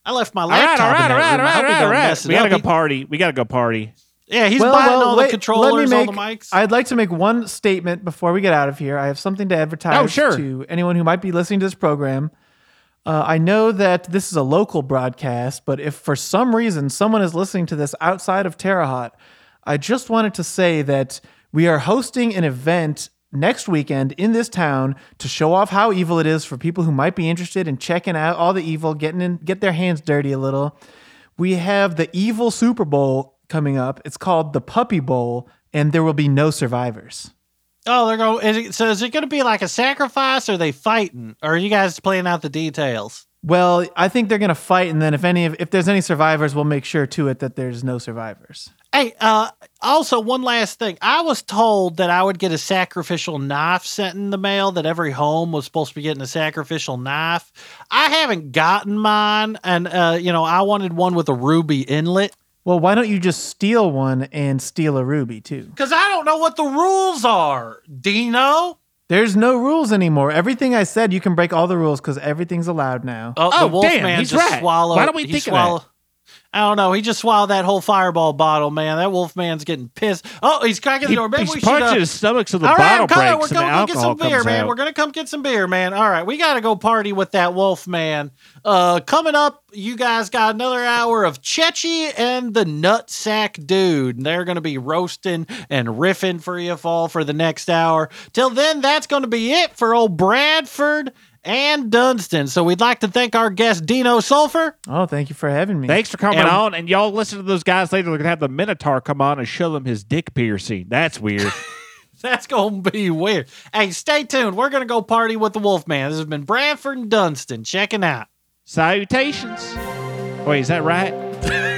S2: I left my
S3: All right,
S2: laptop.
S3: all right,
S2: in
S3: all
S2: that
S3: right,
S2: room.
S3: all
S2: I hope
S3: right,
S2: he
S3: all
S2: don't
S3: right.
S2: mess it
S3: We gotta
S2: up.
S3: go
S2: He-
S3: party. We gotta go party.
S2: yeah, he's
S4: Well,
S2: buying
S4: well,
S2: all
S4: wait,
S2: the controllers,
S4: let me
S2: all
S4: make,
S2: the mics.
S4: I'd like to make one statement before we get out of here. I have something to advertise
S3: Oh, sure.
S4: to anyone who might be listening to this program. Uh, I know that this is a local broadcast, but if for some reason someone is listening to this outside of Terre Haute, I just wanted to say that we are hosting an event next weekend in this town to show off how evil it is for people who might be interested in checking out all the evil, getting in, get their hands dirty a little. We have the evil Super Bowl coming up. It's called the Puppy Bowl, and there will be no survivors.
S2: oh, they're going. Is it, so is it going to be like a sacrifice? Or are they fighting? Or are you guys playing out the details?
S4: Well, I think they're gonna fight, and then if any of if there's any survivors, we'll make sure to it that there's no survivors.
S2: Hey, uh, also one last thing. I was told that I would get a sacrificial knife sent in the mail. That every home was supposed to be getting a sacrificial knife. I haven't gotten mine, and uh, you know, I wanted one with a ruby inlet
S4: Well, why don't you just steal one and steal a ruby too?
S2: because I don't know what the rules are. Dino.
S4: There's no rules anymore. Everything I said, you can break all the rules because everything's allowed now.
S2: Oh,
S3: Oh,
S2: the wolf
S3: damn,
S2: man
S3: he's
S2: just
S3: right.
S2: swallowed.
S3: Why don't we
S2: he
S3: think of that?
S2: swallow- I don't know. He just swallowed that whole fireball bottle, man. That wolf man's getting pissed. Oh, he's cracking the
S3: He,
S2: door. Maybe we
S3: he's
S2: should, uh,
S3: punching his stomach so the
S2: All right,
S3: bottle
S2: I'm coming. We're
S3: breaks and the
S2: gonna go get
S3: alcohol
S2: some beer,
S3: comes
S2: man.
S3: out.
S2: We're gonna come get some beer, man. All right, we gotta go party with that wolf man. Uh, coming up, you guys got another hour of Chechi and the Nutsack Dude. And They're gonna be roasting and riffing for you all for the next hour. Till then, that's gonna be it for old Bradford and Dunstan. So we'd like to thank our guest, Dino Sulfur.
S4: Oh, thank you for having me.
S3: Thanks for coming
S2: And-
S3: on. And y'all listen to those guys later. They're going to have the Minotaur come on and show them his dick piercing. That's weird.
S2: That's going to be weird. Hey, stay tuned. We're going to go party with the Wolfman. This has been Bradford and Dunstan checking out.
S3: Salutations. Wait, is that right?